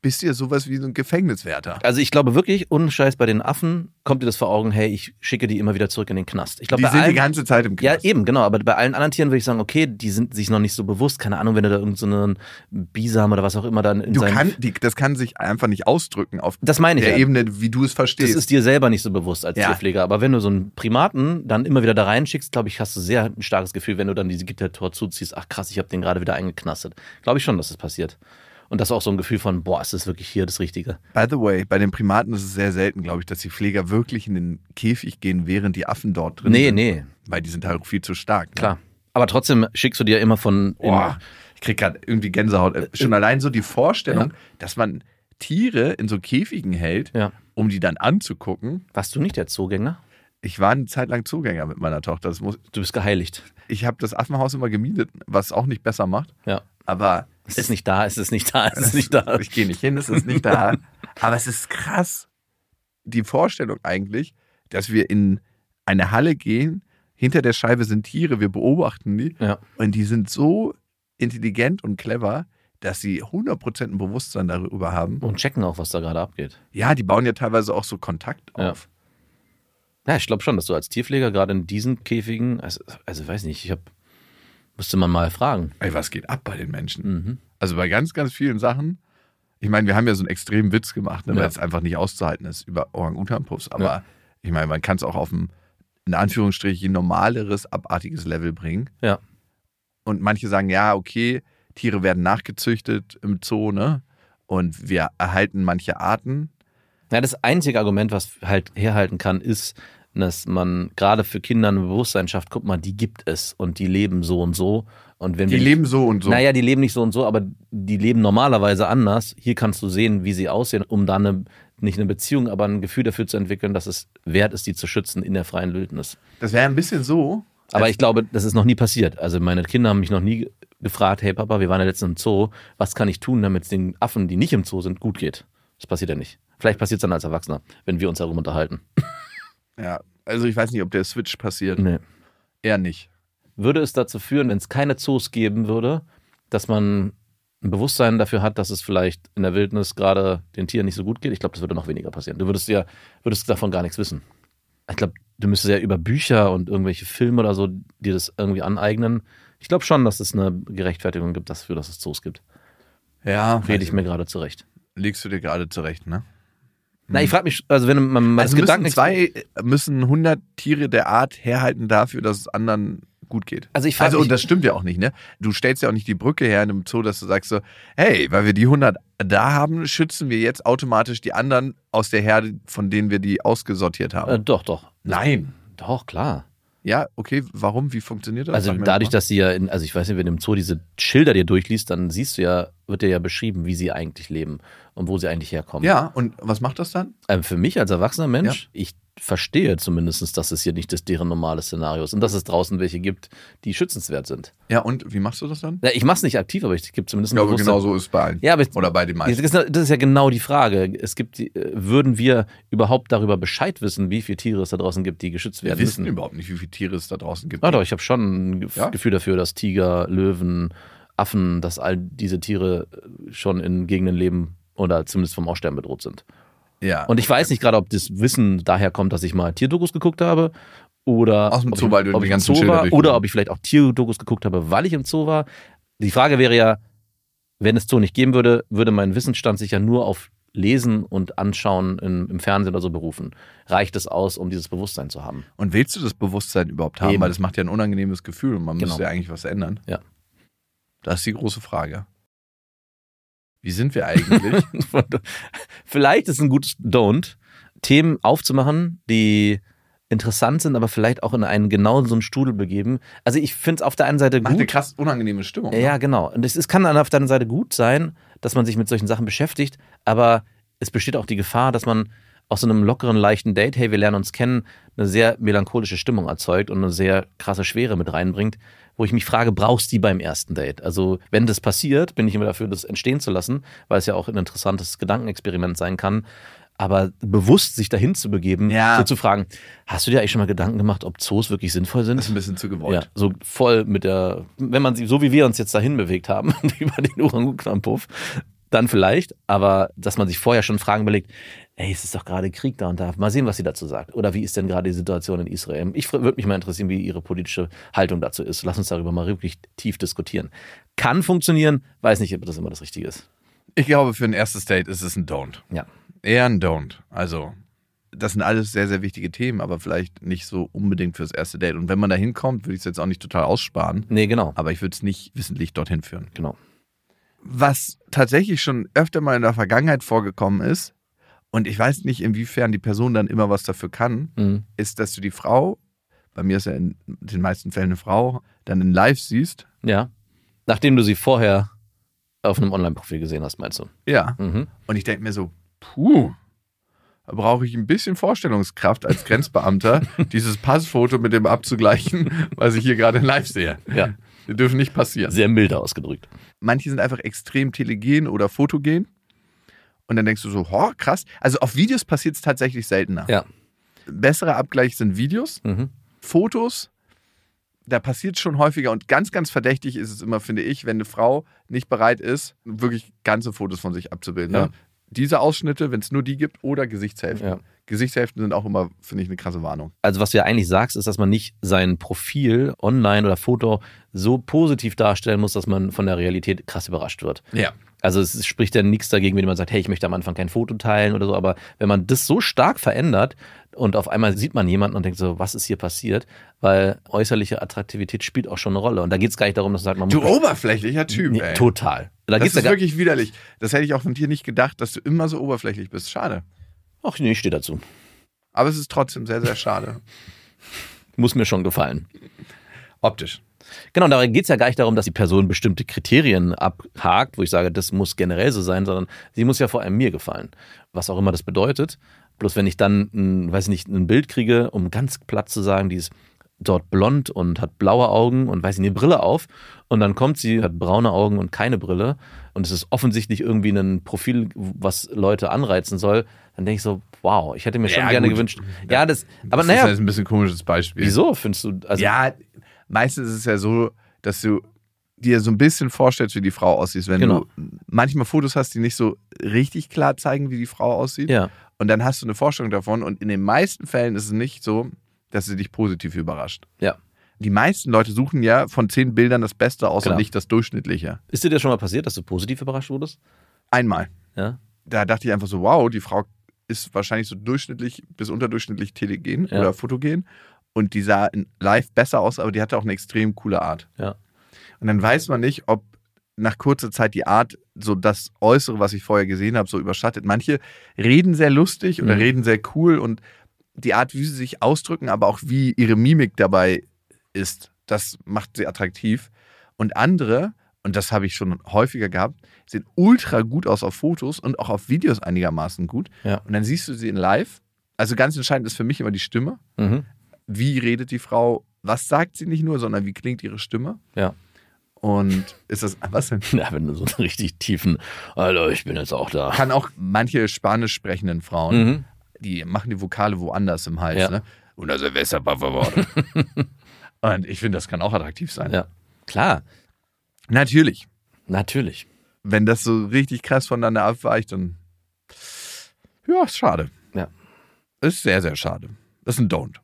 Speaker 4: bist du ja sowas wie so ein Gefängniswärter.
Speaker 5: Also ich glaube wirklich, ohne Scheiß bei den Affen kommt dir das vor Augen, hey, ich schicke die immer wieder zurück in den Knast. Ich
Speaker 4: Die
Speaker 5: glaube, bei
Speaker 4: sind die
Speaker 5: allen,
Speaker 4: ganze Zeit im
Speaker 5: ja
Speaker 4: Knast.
Speaker 5: eben, genau, aber bei allen anderen Tieren würde ich sagen, okay, die sind sich noch nicht so bewusst. Keine Ahnung, wenn du da irgendeinen so einen Bisam oder was auch immer dann in
Speaker 4: du
Speaker 5: seinem...
Speaker 4: kann, die, das kann sich einfach nicht ausdrücken auf
Speaker 5: das meine ich
Speaker 4: der
Speaker 5: ja.
Speaker 4: Ebene, wie du es
Speaker 5: Das
Speaker 4: verstehst.
Speaker 5: ist dir selber nicht so bewusst als
Speaker 4: Ja.
Speaker 5: Tierpfleger. Aber wenn du so einen Primaten dann immer wieder da reinschickst, glaube ich, hast du sehr ein starkes Gefühl, wenn du dann diese Gittertor zuziehst, ach krass, ich habe den gerade wieder eingeknastet. Glaube ich schon, dass das passiert. Und das ist auch so ein Gefühl von, boah, ist das wirklich hier das Richtige?
Speaker 4: By the way, bei den Primaten ist es sehr selten, glaube ich, dass die Pfleger wirklich in den Käfig gehen, während die Affen dort drin
Speaker 5: Nee,
Speaker 4: sind.
Speaker 5: nee,
Speaker 4: Weil die sind halt auch viel zu stark. ne?
Speaker 5: klar. Aber trotzdem schickst du dir immer von.
Speaker 4: Boah, ich krieg gerade irgendwie Gänsehaut. Äh, Schon allein so die Vorstellung, dass man Tiere in so Käfigen hält,
Speaker 5: Ja.
Speaker 4: um die dann anzugucken.
Speaker 5: Warst du nicht der Zoogänger?
Speaker 4: Ich war eine Zeit lang Zugänger mit meiner Tochter. Das muss,
Speaker 5: Du bist geheiligt.
Speaker 4: ich habe das Affenhaus immer gemiedet, was auch nicht besser macht.
Speaker 5: Ja.
Speaker 4: Aber
Speaker 5: Es ist nicht da, es ist nicht da, es ist nicht da.
Speaker 4: ich gehe nicht hin, es ist nicht da. Aber es ist krass, die Vorstellung eigentlich, dass wir in eine Halle gehen, hinter der Scheibe sind Tiere, wir beobachten die
Speaker 5: Ja.
Speaker 4: und die sind so intelligent und clever, dass sie 100% ein Bewusstsein darüber haben.
Speaker 5: Und checken auch, was da gerade abgeht.
Speaker 4: Ja, die bauen ja teilweise auch so Kontakt
Speaker 5: Ja.
Speaker 4: auf.
Speaker 5: Ja, ich glaube schon, dass du als Tierpfleger gerade in diesen Käfigen, also, also weiß nicht, ich habe, müsste man mal fragen.
Speaker 4: Ey, was geht ab bei den Menschen?
Speaker 5: Mhm.
Speaker 4: Also bei ganz, ganz vielen Sachen. Ich meine, wir haben ja so einen extremen Witz gemacht, ne,
Speaker 5: Ja.
Speaker 4: weil es einfach nicht auszuhalten ist über Orang-Utan-Puffs. Aber
Speaker 5: Ja.
Speaker 4: ich meine, man kann es auch auf ein, in Anführungsstrichen, normaleres, abartiges Level bringen.
Speaker 5: Ja.
Speaker 4: Und manche sagen, ja, okay, Tiere werden nachgezüchtet im Zoo, ne? Und wir erhalten manche Arten.
Speaker 5: Ja, das einzige Argument, was halt herhalten kann, ist, dass man gerade für Kinder ein Bewusstsein schafft, guck mal, die gibt es und die leben so und so. Und wenn
Speaker 4: Die
Speaker 5: wir
Speaker 4: leben so und so.
Speaker 5: Naja, die leben nicht so und so, aber die leben normalerweise anders. Hier kannst du sehen, wie sie aussehen, um dann eine, nicht eine Beziehung, aber ein Gefühl dafür zu entwickeln, dass es wert ist, die zu schützen in der freien Wildnis.
Speaker 4: Das wäre ein bisschen so.
Speaker 5: Aber ich glaube, das ist noch nie passiert. Also meine Kinder haben mich noch nie gefragt, hey Papa, wir waren ja letztens im Zoo, was kann ich tun, damit es den Affen, die nicht im Zoo sind, gut geht? Das passiert ja nicht. Vielleicht passiert es dann als Erwachsener, wenn wir uns herum unterhalten.
Speaker 4: Ja, also ich weiß nicht, ob der Switch passiert.
Speaker 5: Nee.
Speaker 4: Eher nicht.
Speaker 5: Würde es dazu führen, wenn es keine Zoos geben würde, dass man ein Bewusstsein dafür hat, dass es vielleicht in der Wildnis gerade den Tieren nicht so gut geht? Ich glaube, das würde noch weniger passieren. Du würdest ja, würdest davon gar nichts wissen. Ich glaube, du müsstest ja über Bücher und irgendwelche Filme oder so dir das irgendwie aneignen. Ich glaube schon, dass es eine Gerechtfertigung gibt dafür, dass es Zoos gibt.
Speaker 4: Ja,
Speaker 5: Rede ich mir gerade zurecht.
Speaker 4: Legst du dir gerade zurecht, ne?
Speaker 5: Na, ich frage mich, also wenn man mein
Speaker 4: Mhm. Also müssen, zwei, äh, müssen 100 Tiere der Art herhalten dafür, dass es anderen gut geht.
Speaker 5: Also ich frage
Speaker 4: Also,
Speaker 5: mich,
Speaker 4: und das stimmt ja auch nicht, ne? Du stellst ja auch nicht die Brücke her in einem Zoo, dass du sagst so, hey, weil wir die 100 da haben, schützen wir jetzt automatisch die anderen aus der Herde, von denen wir die ausgesortiert haben.
Speaker 5: äh, doch, doch.
Speaker 4: Nein.
Speaker 5: Doch, klar.
Speaker 4: Ja, okay, warum? Wie funktioniert das?
Speaker 5: Also
Speaker 4: Sag mir
Speaker 5: dadurch,
Speaker 4: doch mal.
Speaker 5: dass sie ja, in, also ich weiß nicht, wenn du im Zoo diese Schilder dir durchliest, dann siehst du ja, wird dir ja beschrieben, wie sie eigentlich leben und wo sie eigentlich herkommen.
Speaker 4: Ja, und was macht das dann?
Speaker 5: Ähm, für mich als erwachsener Mensch, ich verstehe zumindest, dass es hier nicht das deren normales Szenario ist und dass es draußen welche gibt, die schützenswert sind.
Speaker 4: Ja, und wie machst du das dann?
Speaker 5: Ja, ich mache es nicht aktiv, aber ich gebe zumindest
Speaker 4: Ich glaube,
Speaker 5: Bewusstsein-
Speaker 4: genau so ist es bei allen.
Speaker 5: Ja, aber ich-
Speaker 4: Oder bei den
Speaker 5: Das
Speaker 4: meisten.
Speaker 5: ist, das ist ja genau die Frage. Es gibt, die- äh, würden wir überhaupt darüber Bescheid wissen, wie viele Tiere es da draußen gibt, die geschützt
Speaker 4: Wir
Speaker 5: werden
Speaker 4: wissen
Speaker 5: müssen?
Speaker 4: überhaupt nicht, wie viele Tiere es da draußen gibt.
Speaker 5: Ah, doch, ich habe schon ein Gef-
Speaker 4: Ja.
Speaker 5: Gefühl dafür, dass Tiger, Löwen, Affen, dass all diese Tiere äh, schon in Gegenden leben oder zumindest vom Aussterben bedroht sind.
Speaker 4: Ja.
Speaker 5: Und ich weiß nicht gerade, ob das Wissen daher kommt, dass ich mal Tierdokus geguckt habe oder
Speaker 4: Aus dem
Speaker 5: ob
Speaker 4: Zoo,
Speaker 5: ich,
Speaker 4: weil du
Speaker 5: ob
Speaker 4: die
Speaker 5: ich im
Speaker 4: ganzen
Speaker 5: Zoo
Speaker 4: Schilder
Speaker 5: war
Speaker 4: durchgeguckt
Speaker 5: oder ob ich vielleicht auch Tierdokus geguckt habe, weil ich im Zoo war. Die Frage wäre ja, wenn es Zoo nicht geben würde, würde mein Wissensstand sich ja nur auf Lesen und Anschauen im, im Fernsehen oder so berufen. Reicht es aus, um dieses Bewusstsein zu haben?
Speaker 4: Und willst du das Bewusstsein überhaupt haben?
Speaker 5: Eben.
Speaker 4: Weil das macht ja ein unangenehmes Gefühl und man
Speaker 5: Genau.
Speaker 4: müsste ja eigentlich was ändern.
Speaker 5: Ja.
Speaker 4: Das ist die große Frage. Wie sind wir eigentlich?
Speaker 5: vielleicht ist ein gutes Don't, Themen aufzumachen, die interessant sind, aber vielleicht auch in einen genau so einen Strudel begeben. Also ich finde es auf der einen Seite
Speaker 4: Macht eine
Speaker 5: gut.
Speaker 4: krass unangenehme Stimmung.
Speaker 5: Ja, genau. Und es ist, kann dann auf der anderen Seite gut sein, dass man sich mit solchen Sachen beschäftigt, aber es besteht auch die Gefahr, dass man aus so einem lockeren, leichten Date, hey, wir lernen uns kennen, eine sehr melancholische Stimmung erzeugt und eine sehr krasse Schwere mit reinbringt, wo ich mich frage, brauchst du die beim ersten Date? Also, wenn das passiert, bin ich immer dafür, das entstehen zu lassen, weil es ja auch ein interessantes Gedankenexperiment sein kann. Aber bewusst sich dahin zu begeben,
Speaker 4: Ja.
Speaker 5: so zu fragen, hast du dir eigentlich schon mal Gedanken gemacht, ob Zoos wirklich sinnvoll sind?
Speaker 4: Das ist ein bisschen zu
Speaker 5: Ja,
Speaker 4: gewollt.
Speaker 5: so voll mit der, wenn man sie, so wie wir uns jetzt dahin bewegt haben, wie bei den Orangutan-Puff, dann vielleicht, aber dass man sich vorher schon Fragen überlegt, ey, es ist doch gerade Krieg da und da, mal sehen, was sie dazu sagt. Oder wie ist denn gerade die Situation in Israel? Ich würde mich mal interessieren, wie ihre politische Haltung dazu ist. Lass uns darüber mal wirklich tief diskutieren. Kann funktionieren, weiß nicht, ob das immer das Richtige ist.
Speaker 4: Ich glaube, für ein erstes Date ist es ein Don't.
Speaker 5: Ja.
Speaker 4: Eher ein Don't. Also, das sind alles sehr, sehr wichtige Themen, aber vielleicht nicht so unbedingt fürs erste Date. Und wenn man da hinkommt, würde ich es jetzt auch nicht total aussparen.
Speaker 5: Nee, genau.
Speaker 4: Aber ich würde es nicht wissentlich dorthin führen.
Speaker 5: Genau.
Speaker 4: was tatsächlich schon öfter mal in der Vergangenheit vorgekommen ist, und ich weiß nicht, inwiefern die Person dann immer was dafür kann,
Speaker 5: Mhm.
Speaker 4: ist, dass du die Frau, bei mir ist ja in den meisten Fällen eine Frau, dann in Live siehst.
Speaker 5: Ja. Nachdem du sie vorher auf einem Online-Profil gesehen hast, meinst du?
Speaker 4: Ja.
Speaker 5: Mhm.
Speaker 4: Und ich denke mir so, puh, da brauche ich ein bisschen Vorstellungskraft als Grenzbeamter, dieses Passfoto mit dem abzugleichen, was ich hier gerade in Live sehe.
Speaker 5: Ja.
Speaker 4: Die dürfen nicht passieren.
Speaker 5: Sehr milde ausgedrückt.
Speaker 4: manche sind einfach extrem telegen oder fotogen. Und dann denkst du so, ho, krass. Also auf Videos passiert es tatsächlich seltener.
Speaker 5: Ja.
Speaker 4: Besserer Abgleich sind Videos,
Speaker 5: Mhm.
Speaker 4: Fotos. Da passiert schon häufiger und ganz, ganz verdächtig ist es immer, finde ich, wenn eine Frau nicht bereit ist, wirklich ganze Fotos von sich abzubilden.
Speaker 5: Ja.
Speaker 4: Ne? Diese Ausschnitte, wenn es nur die gibt, oder Gesichtshälften.
Speaker 5: Ja.
Speaker 4: Gesichtshälften sind auch immer, finde ich, eine krasse Warnung.
Speaker 5: also was du ja eigentlich sagst, ist, dass man nicht sein Profil online oder Foto so positiv darstellen muss, dass man von der Realität krass überrascht wird.
Speaker 4: Ja.
Speaker 5: Also es spricht ja nichts dagegen, wenn jemand sagt, hey, ich möchte am Anfang kein Foto teilen oder so, aber wenn man das so stark verändert und auf einmal sieht man jemanden und denkt so, was ist hier passiert? Weil äußerliche Attraktivität spielt auch schon eine Rolle. Und da geht es gar nicht darum, dass man sagt, man
Speaker 4: Du oberflächlicher Typ,
Speaker 5: nee,
Speaker 4: ey.
Speaker 5: total. Da
Speaker 4: Das
Speaker 5: geht's ja
Speaker 4: ist
Speaker 5: gar
Speaker 4: wirklich widerlich. Das hätte ich auch von dir nicht gedacht, dass du immer so oberflächlich bist. Schade.
Speaker 5: Ach nee, ich stehe dazu.
Speaker 4: Aber es ist trotzdem sehr, sehr schade.
Speaker 5: Muss mir schon gefallen.
Speaker 4: Optisch.
Speaker 5: Genau, da geht es ja gar nicht darum, dass die Person bestimmte Kriterien abhakt, wo ich sage, das muss generell so sein, sondern sie muss ja vor allem mir gefallen, was auch immer das bedeutet. Bloß wenn ich dann, ein, weiß nicht, ein Bild kriege, um ganz platt zu sagen, die ist dort blond und hat blaue Augen und weiß nicht, eine Brille auf und dann kommt sie, hat braune Augen und keine Brille und es ist offensichtlich irgendwie ein Profil, was Leute anreizen soll, dann denke ich so, wow, ich hätte mir schon
Speaker 4: Ja,
Speaker 5: gerne
Speaker 4: gut.
Speaker 5: gewünscht. Ja, das, aber
Speaker 4: das ist
Speaker 5: naja,
Speaker 4: jetzt ein bisschen komisches Beispiel.
Speaker 5: wieso findest du, also
Speaker 4: ja, meistens ist es ja so, dass du dir so ein bisschen vorstellst, wie die Frau aussieht, wenn
Speaker 5: Genau.
Speaker 4: du manchmal Fotos hast, die nicht so richtig klar zeigen, wie die Frau aussieht.
Speaker 5: ja.
Speaker 4: Und dann hast du eine Vorstellung davon. Und in den meisten Fällen ist es nicht so, dass sie dich positiv überrascht.
Speaker 5: Ja.
Speaker 4: die meisten Leute suchen ja von zehn Bildern das Beste aus
Speaker 5: Genau.
Speaker 4: und nicht das Durchschnittliche.
Speaker 5: Ist dir das schon mal passiert, dass du positiv überrascht wurdest?
Speaker 4: Einmal.
Speaker 5: Ja.
Speaker 4: Da dachte ich einfach so, wow, die Frau ist wahrscheinlich so durchschnittlich bis unterdurchschnittlich telegen
Speaker 5: Ja.
Speaker 4: oder fotogen. Und die sah in live besser aus, aber die hatte auch eine extrem coole Art.
Speaker 5: Ja.
Speaker 4: Und dann weiß man nicht, ob nach kurzer Zeit die Art, so das Äußere, was ich vorher gesehen habe, so überschattet. Manche reden sehr lustig oder
Speaker 5: Mhm.
Speaker 4: reden sehr cool und die Art, wie sie sich ausdrücken, aber auch wie ihre Mimik dabei ist, das macht sie attraktiv. Und andere, und das habe ich schon häufiger gehabt, sehen ultra gut aus auf Fotos und auch auf Videos einigermaßen gut.
Speaker 5: Ja.
Speaker 4: Und dann siehst du sie in live. Also ganz entscheidend ist für mich immer die Stimme
Speaker 5: Mhm.
Speaker 4: wie redet die Frau, was sagt sie nicht nur, sondern wie klingt ihre Stimme.
Speaker 5: Ja.
Speaker 4: Und ist das, was denn?
Speaker 5: ja. Wenn du so einen richtig tiefen, Alter, ich bin jetzt auch da.
Speaker 4: Kann auch manche spanisch sprechenden Frauen,
Speaker 5: Mhm.
Speaker 4: die machen die Vokale woanders im Hals.
Speaker 5: Ja.
Speaker 4: Ne? Und also besser, por favor. Und ich finde, das kann auch attraktiv sein.
Speaker 5: Ja. Klar,
Speaker 4: Natürlich.
Speaker 5: natürlich.
Speaker 4: Wenn das so richtig krass voneinander abweicht, dann. Ja, ist schade.
Speaker 5: Ja.
Speaker 4: Ist sehr, sehr schade. Das ist ein Don't.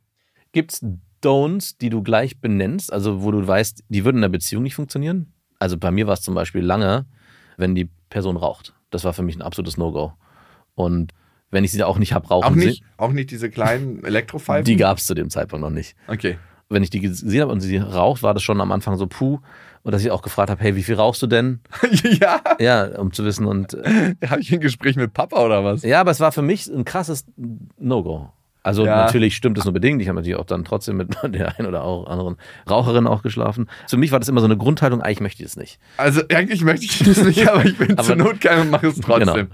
Speaker 5: Gibt's Don'ts, die du gleich benennst, also wo du weißt, die würden in der Beziehung nicht funktionieren? Also bei mir war es zum Beispiel lange, wenn die Person raucht. Das war für mich ein absolutes No-Go. Und wenn ich sie auch nicht hab rauchen
Speaker 4: Auch nicht,
Speaker 5: sehen,
Speaker 4: auch nicht diese kleinen Elektropfeifen?
Speaker 5: die gab's zu dem Zeitpunkt noch nicht.
Speaker 4: Okay.
Speaker 5: Wenn ich die gesehen habe und sie raucht, war das schon am Anfang so puh. Und dass ich auch gefragt habe, hey, wie viel rauchst du denn?
Speaker 4: ja,
Speaker 5: Ja, um zu wissen. Und äh,
Speaker 4: habe ich ein Gespräch mit Papa oder was?
Speaker 5: ja, aber es war für mich ein krasses No-Go. Also
Speaker 4: Ja.
Speaker 5: natürlich stimmt es nur bedingt. Ich habe natürlich auch dann trotzdem mit der einen oder auch anderen Raucherin auch geschlafen. Für mich war das immer so eine Grundhaltung, eigentlich möchte ich das nicht.
Speaker 4: Also eigentlich möchte ich das nicht, aber ich bin
Speaker 5: Aber- Genau,
Speaker 4: zur Not geil und mache es trotzdem.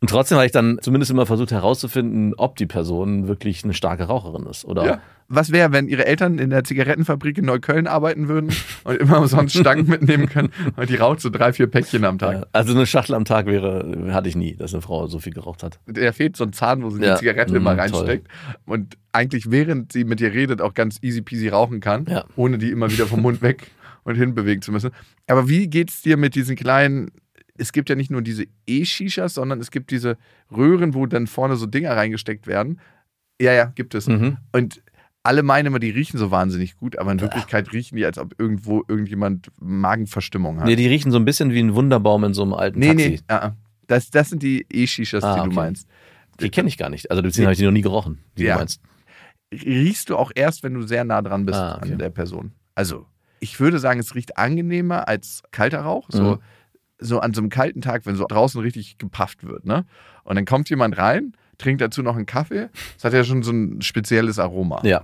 Speaker 5: Und trotzdem habe ich dann zumindest immer versucht herauszufinden, ob die Person wirklich eine starke Raucherin ist. Oder
Speaker 4: Ja. Was wäre, wenn ihre Eltern in der Zigarettenfabrik in Neukölln arbeiten würden und immer umsonst Stangen mitnehmen können und die raucht so drei, vier Päckchen am Tag.
Speaker 5: Ja, also eine Schachtel am Tag wäre, hatte ich nie, dass eine Frau so viel geraucht hat.
Speaker 4: Der fehlt so ein Zahn, wo sie
Speaker 5: Ja.
Speaker 4: die Zigarette
Speaker 5: Mm,
Speaker 4: immer
Speaker 5: toll.
Speaker 4: reinsteckt und eigentlich während sie mit ihr redet auch ganz easy peasy rauchen kann,
Speaker 5: Ja.
Speaker 4: ohne die immer wieder vom Mund weg und hinbewegen zu müssen. Aber wie geht's dir mit diesen kleinen es gibt ja nicht nur diese E-Shishas, sondern es gibt diese Röhren, wo dann vorne so Dinger reingesteckt werden. Ja, ja, gibt es.
Speaker 5: Mhm.
Speaker 4: Und alle meinen immer, die riechen so wahnsinnig gut,
Speaker 5: Äh.
Speaker 4: aber in Wirklichkeit riechen die, als ob irgendwo irgendjemand Magenverstimmung hat.
Speaker 5: Nee, die riechen so ein bisschen wie ein Wunderbaum in so einem alten
Speaker 4: nee.
Speaker 5: Taxi.
Speaker 4: nee ah, ah. das, das sind die E-Shishas,
Speaker 5: Ah,
Speaker 4: die
Speaker 5: okay.
Speaker 4: du meinst.
Speaker 5: Die kenne ich gar nicht. Also beziehungsweise habe ich die noch nie gerochen, die
Speaker 4: Ja.
Speaker 5: du meinst.
Speaker 4: Riechst du auch erst, wenn du sehr nah dran bist
Speaker 5: Ah, okay.
Speaker 4: an der Person. Also, ich würde sagen, es riecht angenehmer als kalter Rauch. So,
Speaker 5: Mhm.
Speaker 4: so an so einem kalten Tag, wenn so draußen richtig gepafft wird. Ne? Und dann kommt jemand rein, trinkt dazu noch einen Kaffee. Das hat ja schon so ein spezielles Aroma.
Speaker 5: Ja.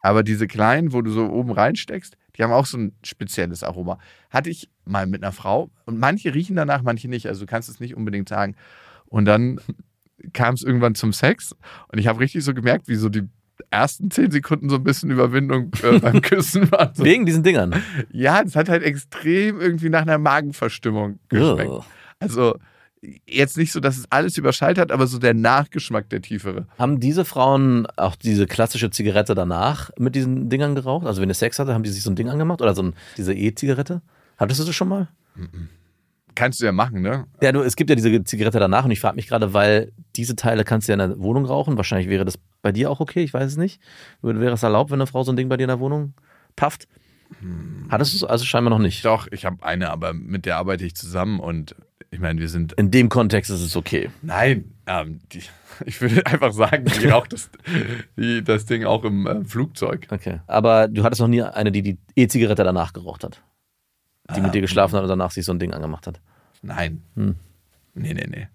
Speaker 4: Aber diese kleinen, wo du so oben reinsteckst, die haben auch so ein spezielles Aroma. Hatte ich mal mit einer Frau und manche riechen danach, manche nicht. Also du kannst es nicht unbedingt sagen. Und dann kam es irgendwann zum Sex und ich habe richtig so gemerkt, wie so die ersten zehn Sekunden so ein bisschen Überwindung äh, beim Küssen war. So,
Speaker 5: Wegen diesen Dingern.
Speaker 4: ja, das hat halt extrem irgendwie nach einer Magenverstimmung geschmeckt.
Speaker 5: Ugh.
Speaker 4: Also jetzt nicht so, dass es alles überschaltet hat, aber so der Nachgeschmack der tiefere.
Speaker 5: Haben diese Frauen auch diese klassische Zigarette danach mit diesen Dingern geraucht? Also wenn ihr Sex hatte, haben die sich so ein Ding angemacht? Oder so ein, diese E-Zigarette? Hattest du das schon mal?
Speaker 4: Kannst du ja machen, ne?
Speaker 5: Ja, du, es gibt ja diese Zigarette danach und ich frage mich gerade, weil diese Teile kannst du ja in der Wohnung rauchen. Wahrscheinlich wäre das bei dir auch okay, ich weiß es nicht. Würde- Wäre es erlaubt, wenn eine Frau so ein Ding bei dir in der Wohnung pafft? Hattest du es also scheinbar noch nicht.
Speaker 4: Doch, ich habe eine, aber mit der arbeite ich zusammen und ich meine, wir sind.
Speaker 5: In dem Kontext ist es okay.
Speaker 4: Nein, ähm, die, ich würde einfach sagen, die raucht das, die, das Ding auch im äh, Flugzeug.
Speaker 5: Okay. Aber du hattest noch nie eine, die die E-Zigarette danach geraucht hat. Die mit dir geschlafen hat und danach sich so ein Ding angemacht hat.
Speaker 4: Nein.
Speaker 5: Hm.
Speaker 4: Nee, nee, nee.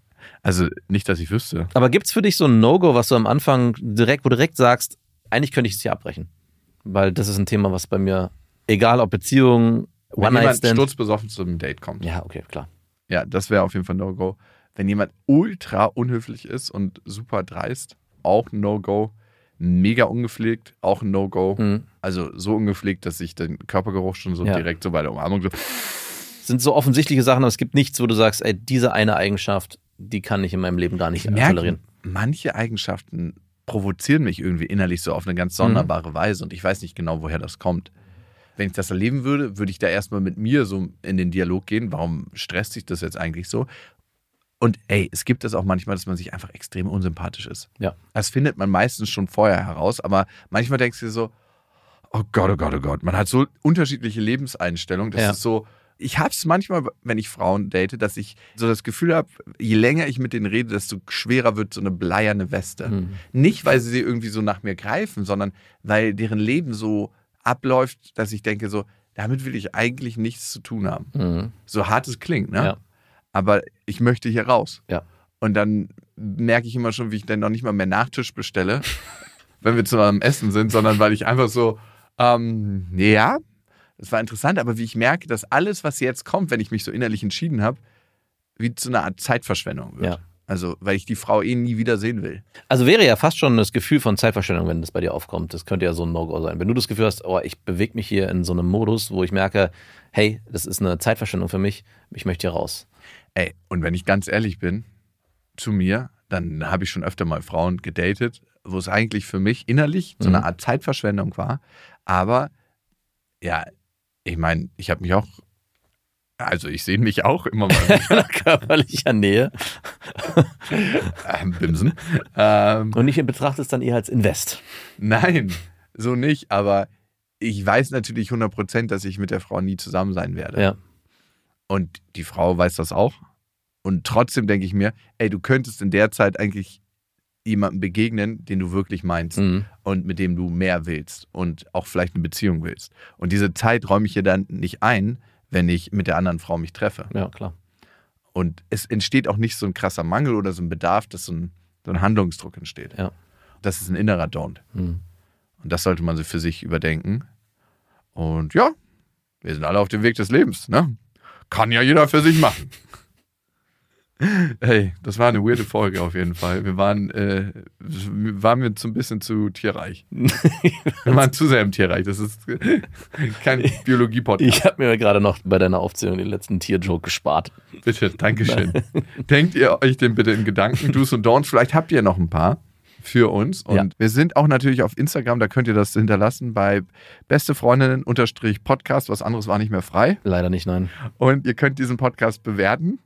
Speaker 4: Also nicht, dass ich wüsste.
Speaker 5: Aber gibt's für dich so ein No-Go, was du am Anfang direkt, wo du direkt sagst, eigentlich könnte ich es hier abbrechen? Weil das ist ein Thema, was bei mir, egal ob Beziehung,
Speaker 4: Wenn jemand
Speaker 5: One-Night-Stand.
Speaker 4: sturzbesoffen zum Date kommt.
Speaker 5: Ja, okay, klar.
Speaker 4: Ja, das wäre auf jeden Fall No-Go. Wenn jemand ultra unhöflich ist und super dreist, auch ein No-Go. Mega ungepflegt, auch ein No-Go.
Speaker 5: Mhm.
Speaker 4: Also so ungepflegt, dass ich den Körpergeruch schon so
Speaker 5: Ja.
Speaker 4: direkt so bei der Umarmung so.
Speaker 5: sind so offensichtliche Sachen, aber es gibt nichts, wo du sagst, ey, diese eine Eigenschaft, die kann ich in meinem Leben gar nicht
Speaker 4: merke,
Speaker 5: tolerieren.
Speaker 4: manche Eigenschaften provozieren mich irgendwie innerlich so auf eine
Speaker 5: Mhm.
Speaker 4: ganz sonderbare Weise und ich weiß nicht genau, woher das kommt. Wenn ich das erleben würde, würde ich da erstmal mit mir so in den Dialog gehen. Warum stresst sich das jetzt eigentlich so? Und ey, es gibt das auch manchmal, dass man sich einfach extrem unsympathisch ist.
Speaker 5: Ja.
Speaker 4: Das findet man meistens schon vorher heraus, aber manchmal denkst du dir so, oh Gott, oh Gott, oh Gott. Man hat so unterschiedliche Lebenseinstellungen. Das
Speaker 5: Ja.
Speaker 4: ist so. Ich habe es manchmal, wenn ich Frauen date, dass ich so das Gefühl habe, je länger ich mit denen rede, desto schwerer wird so eine bleierne Weste. Nicht, weil sie irgendwie so nach mir greifen, sondern weil deren Leben so abläuft, dass ich denke, so, damit will ich eigentlich nichts zu tun haben.
Speaker 5: Mhm.
Speaker 4: So hart es klingt, ne?
Speaker 5: Ja.
Speaker 4: Aber ich möchte hier raus.
Speaker 5: Ja.
Speaker 4: Und dann merke ich immer schon, wie ich dann noch nicht mal mehr Nachtisch bestelle, wenn wir zusammen essen sind, sondern weil ich einfach so, ähm, ja, das war interessant, aber wie ich merke, dass alles, was jetzt kommt, wenn ich mich so innerlich entschieden habe, wie zu einer Art Zeitverschwendung wird.
Speaker 5: Ja.
Speaker 4: Also, weil ich die Frau eh nie wieder sehen will.
Speaker 5: Also wäre ja fast schon das Gefühl von Zeitverschwendung, wenn das bei dir aufkommt. Das könnte ja so ein No-Go sein. Wenn du das Gefühl hast, oh, ich bewege mich hier in so einem Modus, wo ich merke, hey, das ist eine Zeitverschwendung für mich, ich möchte hier raus.
Speaker 4: Ey, und wenn ich ganz ehrlich bin, zu mir, dann habe ich schon öfter mal Frauen gedatet, wo es eigentlich für mich innerlich so eine
Speaker 5: Mhm.
Speaker 4: Art Zeitverschwendung war. Aber ja, ich meine, ich habe mich auch, also ich sehe mich auch immer mal
Speaker 5: Körperlicher Nähe.
Speaker 4: äh, bimsen. Ähm,
Speaker 5: Und ich betrachte es dann eher als Invest.
Speaker 4: nein, so nicht, aber ich weiß natürlich 100%, dass ich mit der Frau nie zusammen sein werde.
Speaker 5: Ja.
Speaker 4: Und die Frau weiß das auch. Und trotzdem denke ich mir, ey, du könntest in der Zeit eigentlich jemandem begegnen, den du wirklich meinst
Speaker 5: Mhm.
Speaker 4: und mit dem du mehr willst und auch vielleicht eine Beziehung willst. Und diese Zeit räume ich dir dann nicht ein, wenn ich mit der anderen Frau mich treffe.
Speaker 5: Ja, klar.
Speaker 4: Und es entsteht auch nicht so ein krasser Mangel oder so ein Bedarf, dass so ein, so ein Handlungsdruck entsteht.
Speaker 5: Ja.
Speaker 4: Das ist ein innerer Don't.
Speaker 5: Mhm.
Speaker 4: Und das sollte man so für sich überdenken. Und ja, wir sind alle auf dem Weg des Lebens, ne? Kann ja jeder für sich machen. Hey, das war eine weirde Folge auf jeden Fall. Wir waren, äh, waren wir so ein bisschen zu tierreich. Wir waren zu sehr im Tierreich. Das ist kein Biologie-Podcast.
Speaker 5: Ich habe mir gerade noch bei deiner Aufzählung den letzten Tier-Joke gespart.
Speaker 4: Bitte, Dankeschön. Denkt ihr euch den bitte in Gedanken, Do's und Don'ts. Vielleicht habt ihr noch ein paar für uns. Und
Speaker 5: Ja.
Speaker 4: wir sind auch natürlich auf Instagram, da könnt ihr das hinterlassen bei beste Freundinnen-Podcast. Was anderes war nicht mehr frei.
Speaker 5: Leider nicht, nein.
Speaker 4: Und ihr könnt diesen Podcast bewerten.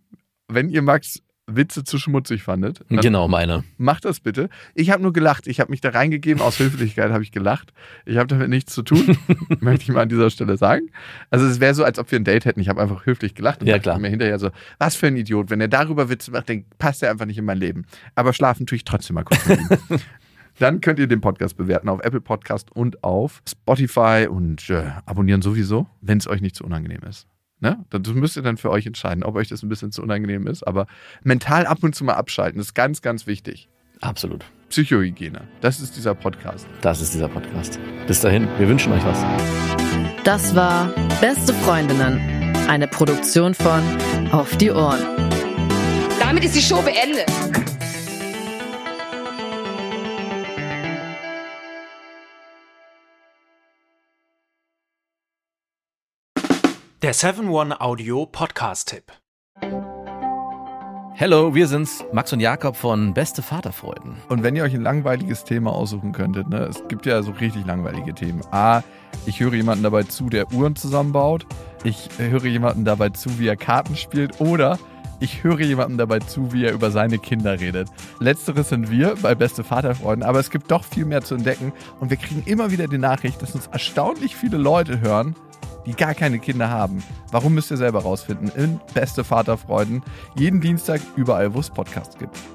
Speaker 4: Wenn ihr Max Witze zu schmutzig fandet, dann
Speaker 5: genau, meine.
Speaker 4: macht das bitte. Ich habe nur gelacht. Ich habe mich da reingegeben. Aus Höflichkeit habe ich gelacht. Ich habe damit nichts zu tun, möchte ich mal an dieser Stelle sagen. Also es wäre so, als ob wir ein Date hätten. Ich habe einfach höflich gelacht und
Speaker 5: Ja,
Speaker 4: dachte
Speaker 5: klar.
Speaker 4: mir hinterher so, was für ein Idiot. Wenn er darüber Witze macht, dann passt er einfach nicht in mein Leben. Aber schlafen tue ich trotzdem mal kurz mit ihm. Dann könnt ihr den Podcast bewerten auf Apple Podcast und auf Spotify und äh, abonnieren sowieso, wenn es euch nicht zu unangenehm ist. Ne? Das müsst ihr dann für euch entscheiden, ob euch das ein bisschen zu unangenehm ist. Aber mental ab und zu mal abschalten ist ganz, ganz wichtig.
Speaker 5: Absolut.
Speaker 4: Psychohygiene. Das ist dieser Podcast.
Speaker 5: Das ist dieser Podcast. Bis dahin, wir wünschen euch was.
Speaker 1: Das war Beste Freundinnen, eine Produktion von Auf die Ohren.
Speaker 3: Damit ist die Show beendet.
Speaker 6: Der 7-One Audio Podcast-Tipp.
Speaker 5: Hello, wir sind's, Max und Jakob von Beste Vaterfreuden.
Speaker 4: Und wenn ihr euch ein langweiliges Thema aussuchen könntet, ne, es gibt ja so richtig langweilige Themen. A, ich höre jemanden dabei zu, der Uhren zusammenbaut. Ich höre jemanden dabei zu, wie er Karten spielt. Oder ich höre jemanden dabei zu, wie er über seine Kinder redet. Letzteres sind wir bei Beste Vaterfreunden, aber es gibt doch viel mehr zu entdecken. Und wir kriegen immer wieder die Nachricht, dass uns erstaunlich viele Leute hören, die gar keine Kinder haben. Warum müsst ihr selber rausfinden? In Beste Vaterfreunden. Jeden Dienstag überall, wo es Podcasts gibt.